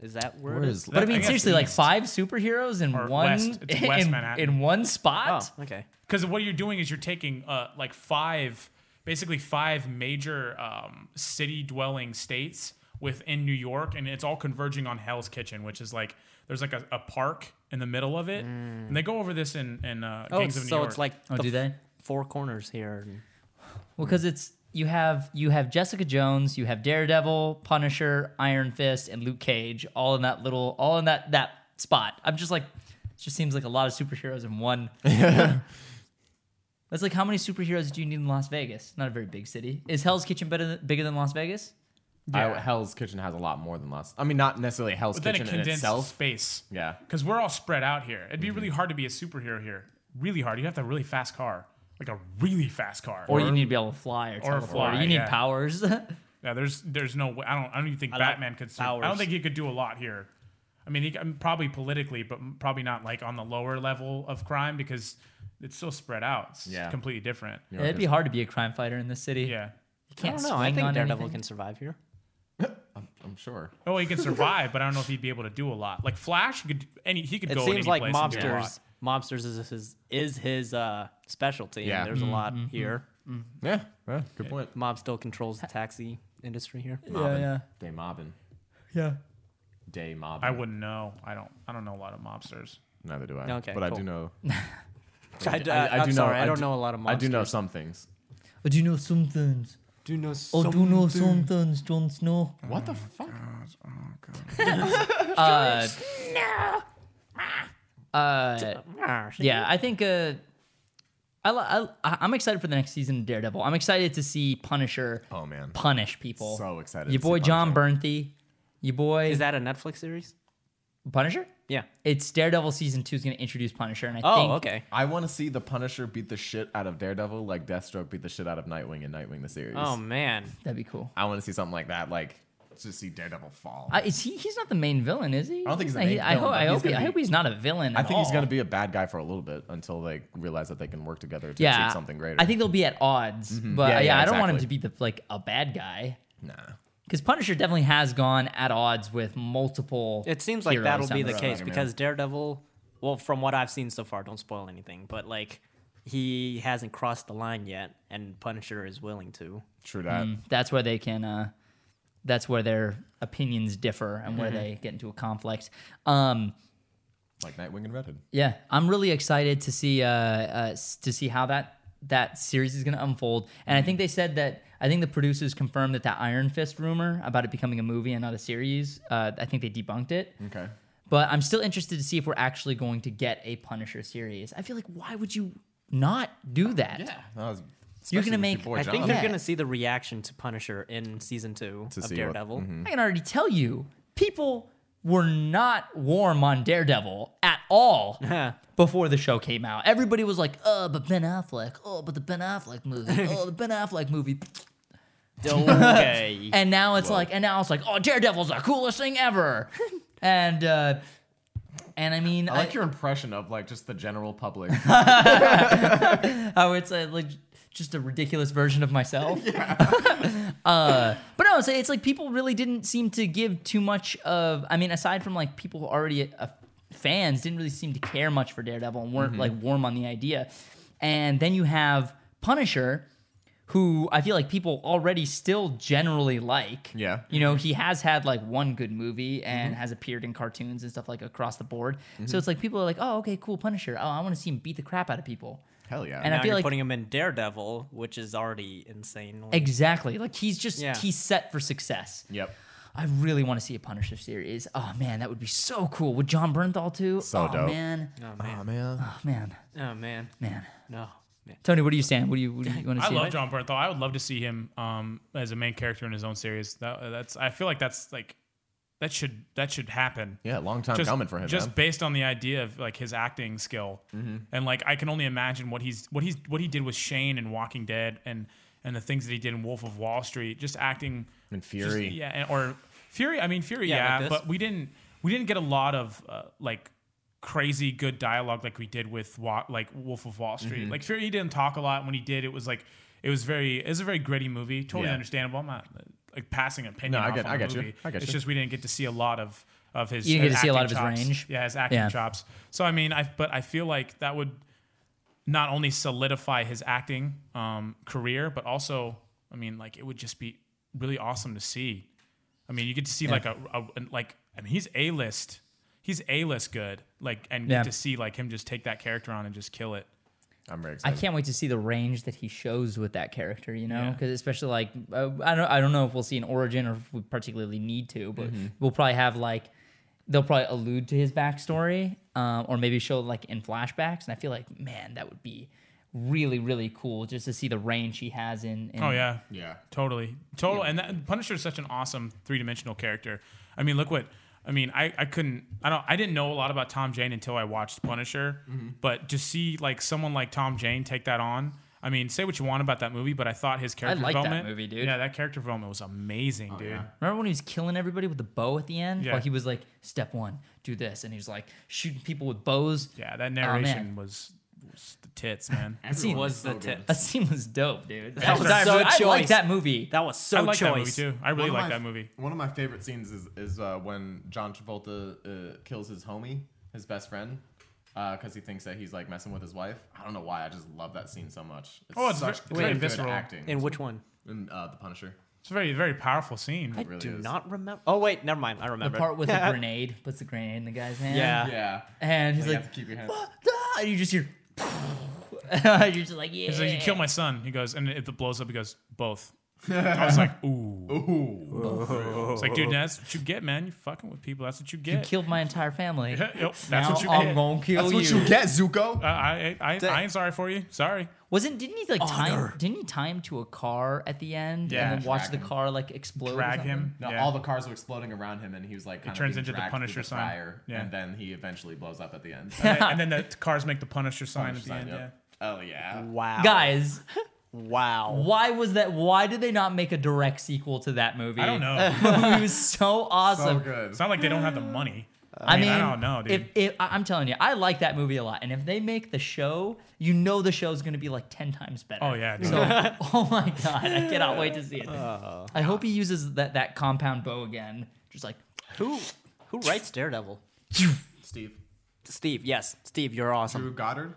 Is that where,
Where
it is?
is
but I
I
mean,
guess
seriously, like
east.
five superheroes in
Or
one
west. It's west
in,
Manhattan.
in one
Oh,
spot.
okay.
because what you're doing is you're taking uh, like five, basically five major um, city-dwelling states within New York, and it's all converging on Hell's Kitchen, which is like there's like a, a park in the middle of it, and they go over this in in uh,
Oh,
Gangs
it's-
of New
so
York.
it's like
Oh,
the
do they?
f- four corners here. and-
Well, because it's you have you have Jessica Jones, you have Daredevil, Punisher, Iron Fist, and Luke Cage, all in that little, all in that that spot. I'm just like, it just seems like a lot of superheroes in one. That's like how many superheroes do you need in Las Vegas? Not a very big city. Is Hell's Kitchen better than, bigger than Las Vegas?
I,
Yeah.
Hell's Kitchen has a lot more than Last. I mean, not necessarily Hell's
But then
Kitchen
it
in
condensed
itself.
space.
Yeah.
Because we're all spread out here. It'd be really hard to be a superhero here. Really hard. You have to have a really fast car. Like a really fast car.
Or you need to be able to fly or, teleport.
fly,
you need
yeah.
powers.
yeah, there's there's no way. I don't I don't even think
I like
Batman could. Sur- I don't
powers.
think he could do a lot here. I mean, he, c- probably politically, but m- probably not like on the lower level of crime because it's so sred out. It's
Yeah.
completely different. Yeah.
It'd be hard to be a crime fighter in this city. you
I
can't
don't know. I
swing
think
on
Daredevil
anything.
can survive here.
I'm sure.
Oh, he can survive, but I don't know if he'd be able to do a lot. Like Flash, he could any he could
It
go. in
seems
any
like
place and do a lot.
mobsters. Mobsters is his is his uh, specialty. and
Yeah.
there's a lot here.
Yeah. yeah good point.
Mob still controls the taxi industry here.
Mobbin.
yeah.
Day mobbing.
Yeah.
Day mobbing.
I wouldn't know. I don't. I don't know a lot of mobsters.
Neither do I.
Okay,
But I do
cool.
know.
I, d- I, am sorry, I don't know a lot of mobsters.
I do know some things.
I Oh, do know some things.
Do know
I do know some things, Jon Snow.
What
Oh
the fuck?
Uh, uh,
Ah,
yeah, I think uh, I, li- I I- I'm excited for the next season of Daredevil. I'm excited to see Punisher
Oh man.
punish people.
So excited
Your
to see
boy John
Punisher.
Bernthey. Your boy
Is that a Netflix series?
Punisher?
Yeah.
It's Daredevil season two is going to introduce Punisher, and I
Oh,
think
okay.
I want to see the Punisher beat the shit out of Daredevil, like Deathstroke beat the shit out of Nightwing in Nightwing the series.
Oh man,
that'd be cool.
I want to see something like that, like to see Daredevil fall.
Uh, is he? He's not the main villain, is he? I
don't think he's the
he,
main
I
villain,
hope.
but
I
he's
hope, he-
gonna
I
be-
hope he's not a villain.
I
at
think he's
all.
gonna be a bad guy for a little bit until they realize that they can work together to
yeah,
achieve something greater. Mm-hmm.
I think they'll be at odds, but yeah,
Yeah, yeah,
I don't want him to be
exactly.
the like a bad guy
nah.
because Punisher definitely has gone at odds with multiple.
it seems like
heroes
that'll
down
be the
road.
case
Spider-Man.
because Daredevil. Well, from what I've seen so far, don't spoil anything, but like he hasn't crossed the line yet, and Punisher is willing to.
True that.
That's where they can. Uh, that's where their opinions differ and where they get into a conflict. Um,
Like Nightwing and Red Hood.
Yeah, I'm really excited to see uh, uh, s- to see how that that series is going to unfold. And I think they said that I think the producers confirmed that that Iron Fist rumor about it becoming a movie and not a series. Uh, I think they debunked it.
Okay.
But I'm still interested to see if we're actually going to get a Punisher series. I feel like why would you not do that?
Yeah. That was,
You're gonna
especially with
make-
your boy
I
John.
think
Yeah.
they're gonna see the reaction to Punisher in season two
To
of
see what-
Daredevil.
I can already tell you, people were not warm on Daredevil at all before the show came out. Everybody was like, "Oh, but Ben Affleck. Oh, but the Ben Affleck movie. Oh, the Ben Affleck movie."
Okay.
And now it's like, and now it's like, "Oh, Daredevil's the coolest thing ever." and uh and I mean,
I like
I-
your impression of like just the general public.
how it's a, like just a ridiculous version of myself. uh, but no, it's, it's like people really didn't seem to give too much of. I mean, aside from like people who already uh, fans didn't really seem to care much for Daredevil and weren't like warm on the idea. And then you have Punisher, who I feel like people already still generally like.
Yeah.
You know, he has had like one good movie and has appeared in cartoons and stuff like across the board. So it's like people are like, oh, okay, cool, Punisher. Oh, I want to see him beat the crap out of people.
Hell yeah.
And I
now
feel
you're
like-
putting him in Daredevil, which is already insane. Like,
Exactly. Like he's just
Yeah.
he's set for success.
yep.
I really want to see a Punisher series. Oh man, that would be so cool. With John Bernthal too. oh,
So dope.
man.
oh man,
man.
Oh man.
oh man,
Man.
no. Man.
Tony, what are you saying? What do you, what do you want to
I
see?
love John Bernthal. I would love to see him um, as a main character in his own series. That, that's. I feel like that's like that should that should happen.
Yeah, long time coming for him.
Just
man. Mm-hmm.
based on the idea of like his acting skill, and like I can only imagine what he's what he's what he did with Shane and Walking Dead, and and the things that he did in Wolf of Wall Street, just acting
And
just-
Fury.
yeah, and, or Fury. I mean Fury,
Yeah,
yeah,
like this.
but we didn't we didn't get a lot of uh, like crazy good dialogue like we did with Wa- like Wolf of Wall
Mm-hmm.
Street. Like Fury, he didn't talk a lot. When he did, it was like it was very it was a very gritty movie. Totally
Yeah.
understandable. I'm not like passing opinion.
No, I
off
get-
on
I
the
get you.
movie.
I get
It's
you.
just we didn't get to see a lot of of his.
You didn't get to see a lot
acting
of his
chops.
range.
Yeah, his acting
Yeah.
chops. So I mean, I but I feel like that would not only solidify his acting um, career, but also, I mean, like it would just be really awesome to see. I mean, you get to see like a, a an- like I mean, he's a list. He's a list good. Like and
Yeah.
get to see like him just take that character on and just kill it.
I'm very
I
excited.
can't wait to see the range that he shows with that character, you know,
Yeah.
because especially like uh, I don't I don't know if we'll see an origin or if we particularly need to, but
Mm-hmm.
we'll probably have like they'll probably uh, allude to his backstory um, or maybe show like in flashbacks, and I feel like man that would be really really cool just to see the range he has in. in
Oh yeah,
Yeah.
totally, total. And that, Punisher is such an awesome three dimensional character. I mean, look what I mean. I, I couldn't. I don't. I didn't know a lot about Tom Jane until I watched Punisher. But to see like someone like Tom Jane take that on. I mean, say what you want about that movie, but I thought his character
liked that
development.
movie, dude.
Yeah, that character development was amazing, dude.
Remember when he was killing everybody with the bow at the end?
Yeah.
While he was like, step one, do this, and he was like shooting people with bows.
Yeah, that
man.
narration was, was the tits, man.
Everyone
was the tip.
That scene was dope, dude.
That was
I,
so
I like
choice.
that movie.
That was so
I like
choice.
that movie too. I really
One of
like
my-
that movie.
One of my favorite scenes is is uh, when John Travolta uh, kills his homie, his best friend, because he thinks that he's like messing with his wife. I don't know why. I just love that scene so much. It's
Oh, it's
such
ver- very
good
visceral.
acting.
In which one?
in uh, The Punisher.
It's a very very powerful scene.
I
really
do
is.
not remember. Oh wait, never mind. I
The
remember.
part with the grenade puts the grenade in the guy's hand.
Yeah.
Yeah.
And he's
Oh,
you
like,
have to keep your hand-
"What the-" and you just hear, you're just like, yeah.
He's like, "You killed my son." He goes, and if it blows up, he goes, "Both." I was like, "Ooh."
Ooh.
It's like, dude, that's what you get, man. You fucking with people. That's what you
You
get.
killed my entire family.
Yep, that's
now
what you
I'm
get.
gonna kill
That's
you.
what you get, Zuko.
Uh, I, I, I, I ain't sorry for you. Sorry.
Wasn't didn't he like time?
Honor.
Didn't he time to a car at the end
Yeah,
and then watch
drag
the
him.
car like explode? or
Drag
something?
him.
No,
yeah.
all the cars were exploding around him, and he was like, kind
turns into the Punisher sign.
fire,
Yeah.
and then he eventually blows up at the end.
and, then, and then the cars make the Punisher sign
Punisher
at the
sign,
end.
yep. Oh yeah.
Wow.
Guys,
Wow.
why was that? Why did they not make a direct sequel to that movie?
Yeah. I don't know.
it was so
So
awesome.
good.
It's not like they don't have the money.
I mean,
I don't know, dude.
If, if I- I'm telling you, I like that movie a lot, and if they make the show, you know the show's going to be like ten times better.
Oh, yeah, dude.
So, oh my god, I cannot wait to see it.
Oh.
I hope he uses that that compound bow again. Just like
Who who writes Daredevil?
Steve.
Steve. Yes, Steve. You're awesome.
Drew Goddard.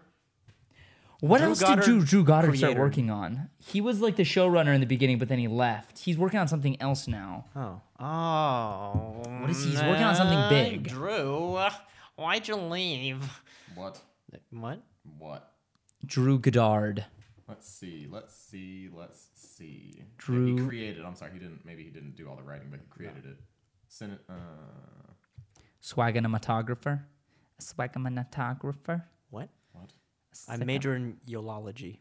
what
Drew
else
Goddard,
did Drew, Drew Goddard start
creator.
working on? He was like the showrunner in the beginning, but then he left. He's working on something else now.
Oh. Oh. What
is he- he's working on something big.
Drew, why'd you leave?
What?
What?
What?
Drew Goddard.
Let's see. Let's see. Let's see. He
Drew-
created. I'm sorry. He didn't. Maybe he didn't do all the writing, but he created it. Sen- uh,
Swagonomatographer. A swagonomatographer.
What?
what?
I major in eulology.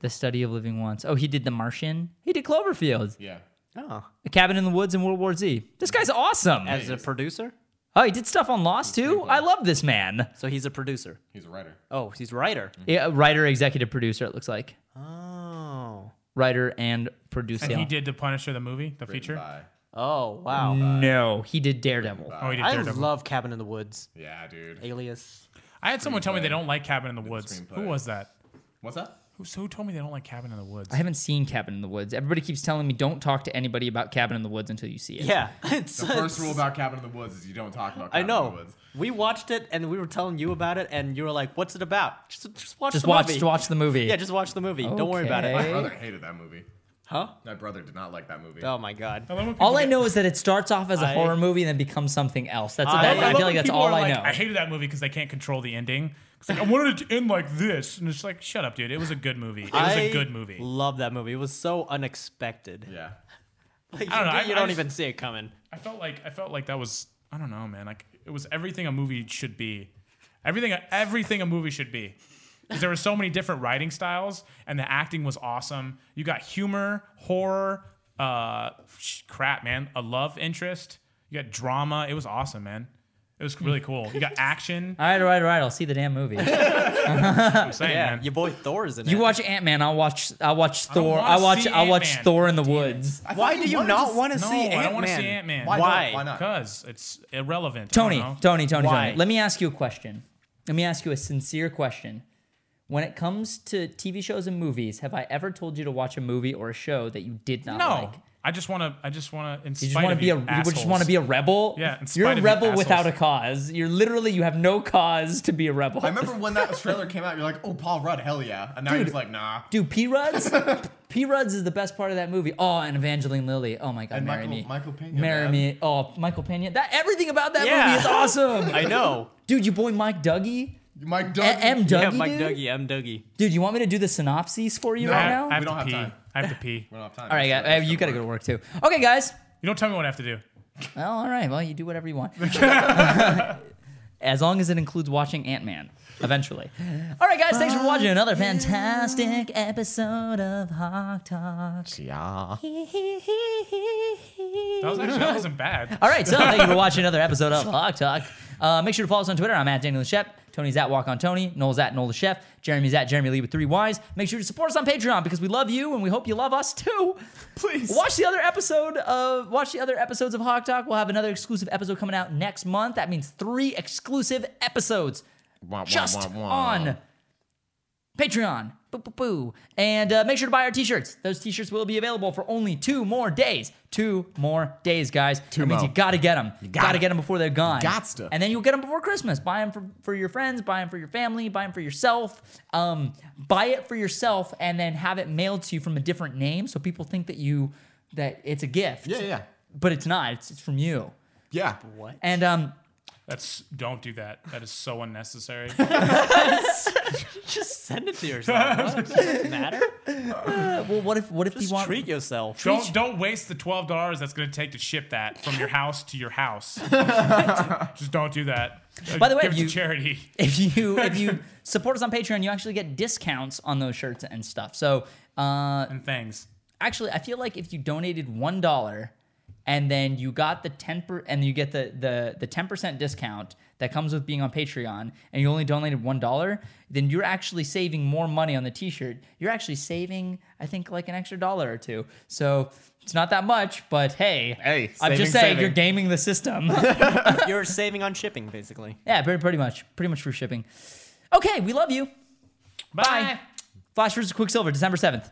The Study of Living Once. Oh, he did The Martian. He did Cloverfield.
Yeah.
Oh.
A Cabin in the Woods and World War Z. This guy's awesome.
As a producer?
Oh, he did stuff on Lost too. I love this man.
So he's a producer.
He's a writer.
Oh, he's a writer.
Yeah, writer, executive producer. It looks like
Oh.
writer and producer.
and he did the Punisher the movie, the
Written
feature.
by-
Oh, wow.
No, he did Mm. Daredevil.
Oh, he did
I
Daredevil.
love Cabin in the Woods.
Yeah, dude.
Alias.
I had someone tell me they
Screenplay.
don't like Cabin in the Woods. Who
screenplay.
was that?
What's that?
Who, who told me they don't like Cabin in the Woods?
I haven't seen Cabin in the Woods. Everybody keeps telling me don't talk to anybody about Cabin in the Woods until you see it.
Yeah. It's,
The first rule about Cabin in the Woods is you don't talk about.
I
Cabin In the
know.
woods.
We watched it and we were telling you about it, and you were like, what's it about? Just, just watch
Just
the
watch,
movie.
just watch the movie.
Yeah, just watch the movie. Don't worry about it.
Okay.
My brother hated that movie.
Huh?
My brother did not like that movie.
Oh, my God.
I love when people
all I
get-
know is that it starts off as a
I-
horror movie and then becomes something else. That's
I-
that,
I
I,
love
feel like
when
that's
people
all
are
I
like,
know.
I hated that movie because they can't control the ending. It's like I wanted it to end like this, and it's like, shut up, dude. It was a good movie. It was
a
a good movie.
Love that movie. It was so unexpected.
Yeah.
Like,
I don't know,
you
I-
you
I
don't
just-
even see it coming.
I felt like I felt like that was I don't know, man. Like it was everything a movie should be. Everything everything a movie should be. 'Cause There were so many different writing styles, and the acting was awesome. You got humor, horror, uh, sh- crap, man. A love interest. You got drama. It was awesome, man. It was really cool. You got action.
All right, all right, all right. I'll see the damn movie.
I'm saying,
Yeah,
man.
your boy Thor's in it.
You watch Ant Man. I'll watch. I will watch
don't
Thor.
wanna
I watch.
see
I watch
Ant-Man.
Thor in the woods.
I
Why
thought
do
you
you
wanted
not
s-
want to
no,
see Ant-Man?
I don't want to see Ant Man.
Why?
Why?
Not? Why not?
Because it's irrelevant. I don't
Tony,
know.
Tony, Tony,
Why?
Tony. Let me ask you a question. Let me ask you a sincere question. When it comes to TV shows and movies, have I ever told you to watch a movie or a show that you did not
No,
like?
I just want to. I just want to.
You just want to be a you would just want to be a rebel.
Yeah, in
you're
spite
a
of you
rebel without a
assholes.
cause. You're literally you have no cause to be a rebel.
I remember when that trailer came out. You're like, oh, Paul Rudd, hell yeah, and now
Dude.
he's like, nah.
Dude, P Ruds, P Ruds is the best part of that movie. Oh, and Evangeline Lilly. Oh my God,
And
marry
Michael-
me,
Michael Peña,
marry
man.
me. Oh, Michael Pena. That everything about that
Yeah.
movie is awesome.
I know.
Dude, your boy Mike Dougie,
Mike Doug.
A- M Dougie,
yeah, Mike
dude?
Dougie, M Dougie.
Dude, you want me to do the synopses for you
No.
right
I,
now?
I have
We
to
don't have
pee.
time.
I have to pee.
We're not
all
time.
right, guys,
Let's go- let's
you gotta go to work too. Okay, guys.
You don't tell me what I have to do.
Well, all right. Well, you do whatever you want. as long as it includes watching Ant Man eventually. All right, guys, thanks for watching another fantastic episode of Hawk Talk.
ah.
Yeah.
That was actually that wasn't bad.
All right, so thank you for watching another episode of Hawk Talk. Uh, make sure to follow us on Twitter. I'm at Daniel the Chef. Tony's at Walk on Tony. Noel's at Noel the Chef. Jeremy's at Jeremy Lee with three Ys. Make sure to support us on Patreon because we love you and we hope you love us too.
Please.
Watch the other episode of watch the other episodes of Hawk Talk. We'll have another exclusive episode coming out next month. That means three exclusive episodes
Wah, wah,
just
wah, wah.
on Patreon. Boo, boo, boo. And uh, make sure to buy our t-shirts. Those t-shirts will be available for only two more days. Two more days, guys. Two that means
mo.
you gotta get them. You gotta
gotta.
get them before they're gone.
gots to.
And then you'll get them before Christmas. Buy them for, for your friends. Buy them for your family. Buy them for yourself. Um, buy it for yourself and then have it mailed to you from a different name so people think that you that it's a gift.
Yeah, yeah.
But it's not. It's, it's from you.
Yeah.
And um,
That's don't do that. That is so unnecessary.
Just send it to yourself. What? Does it matter?
well, what if what if
Just
you want
treat yourself.
don't don't waste the twelve dollars that's gonna take to ship that from your house to your house. Just don't do that.
By the way,
give it
you-
to charity.
if you if you support us on Patreon, you actually get discounts on those shirts and stuff. So uh,
and things.
actually, I feel like if you donated one dollar and then you got the ten per, and you get the the the ten percent discount that comes with being on Patreon, and you only donated one dollar, then you're actually saving more money on the T-shirt. You're actually saving, I think, like an extra dollar or two. So. It's not that much, but hey,
Hey,
I'm just
saving,
saying
saving.
you're gaming the system.
You're saving on shipping, basically.
yeah, pretty, pretty much, pretty much for shipping. Okay, we love you. Bye. Flash vs. Quicksilver, December 7th.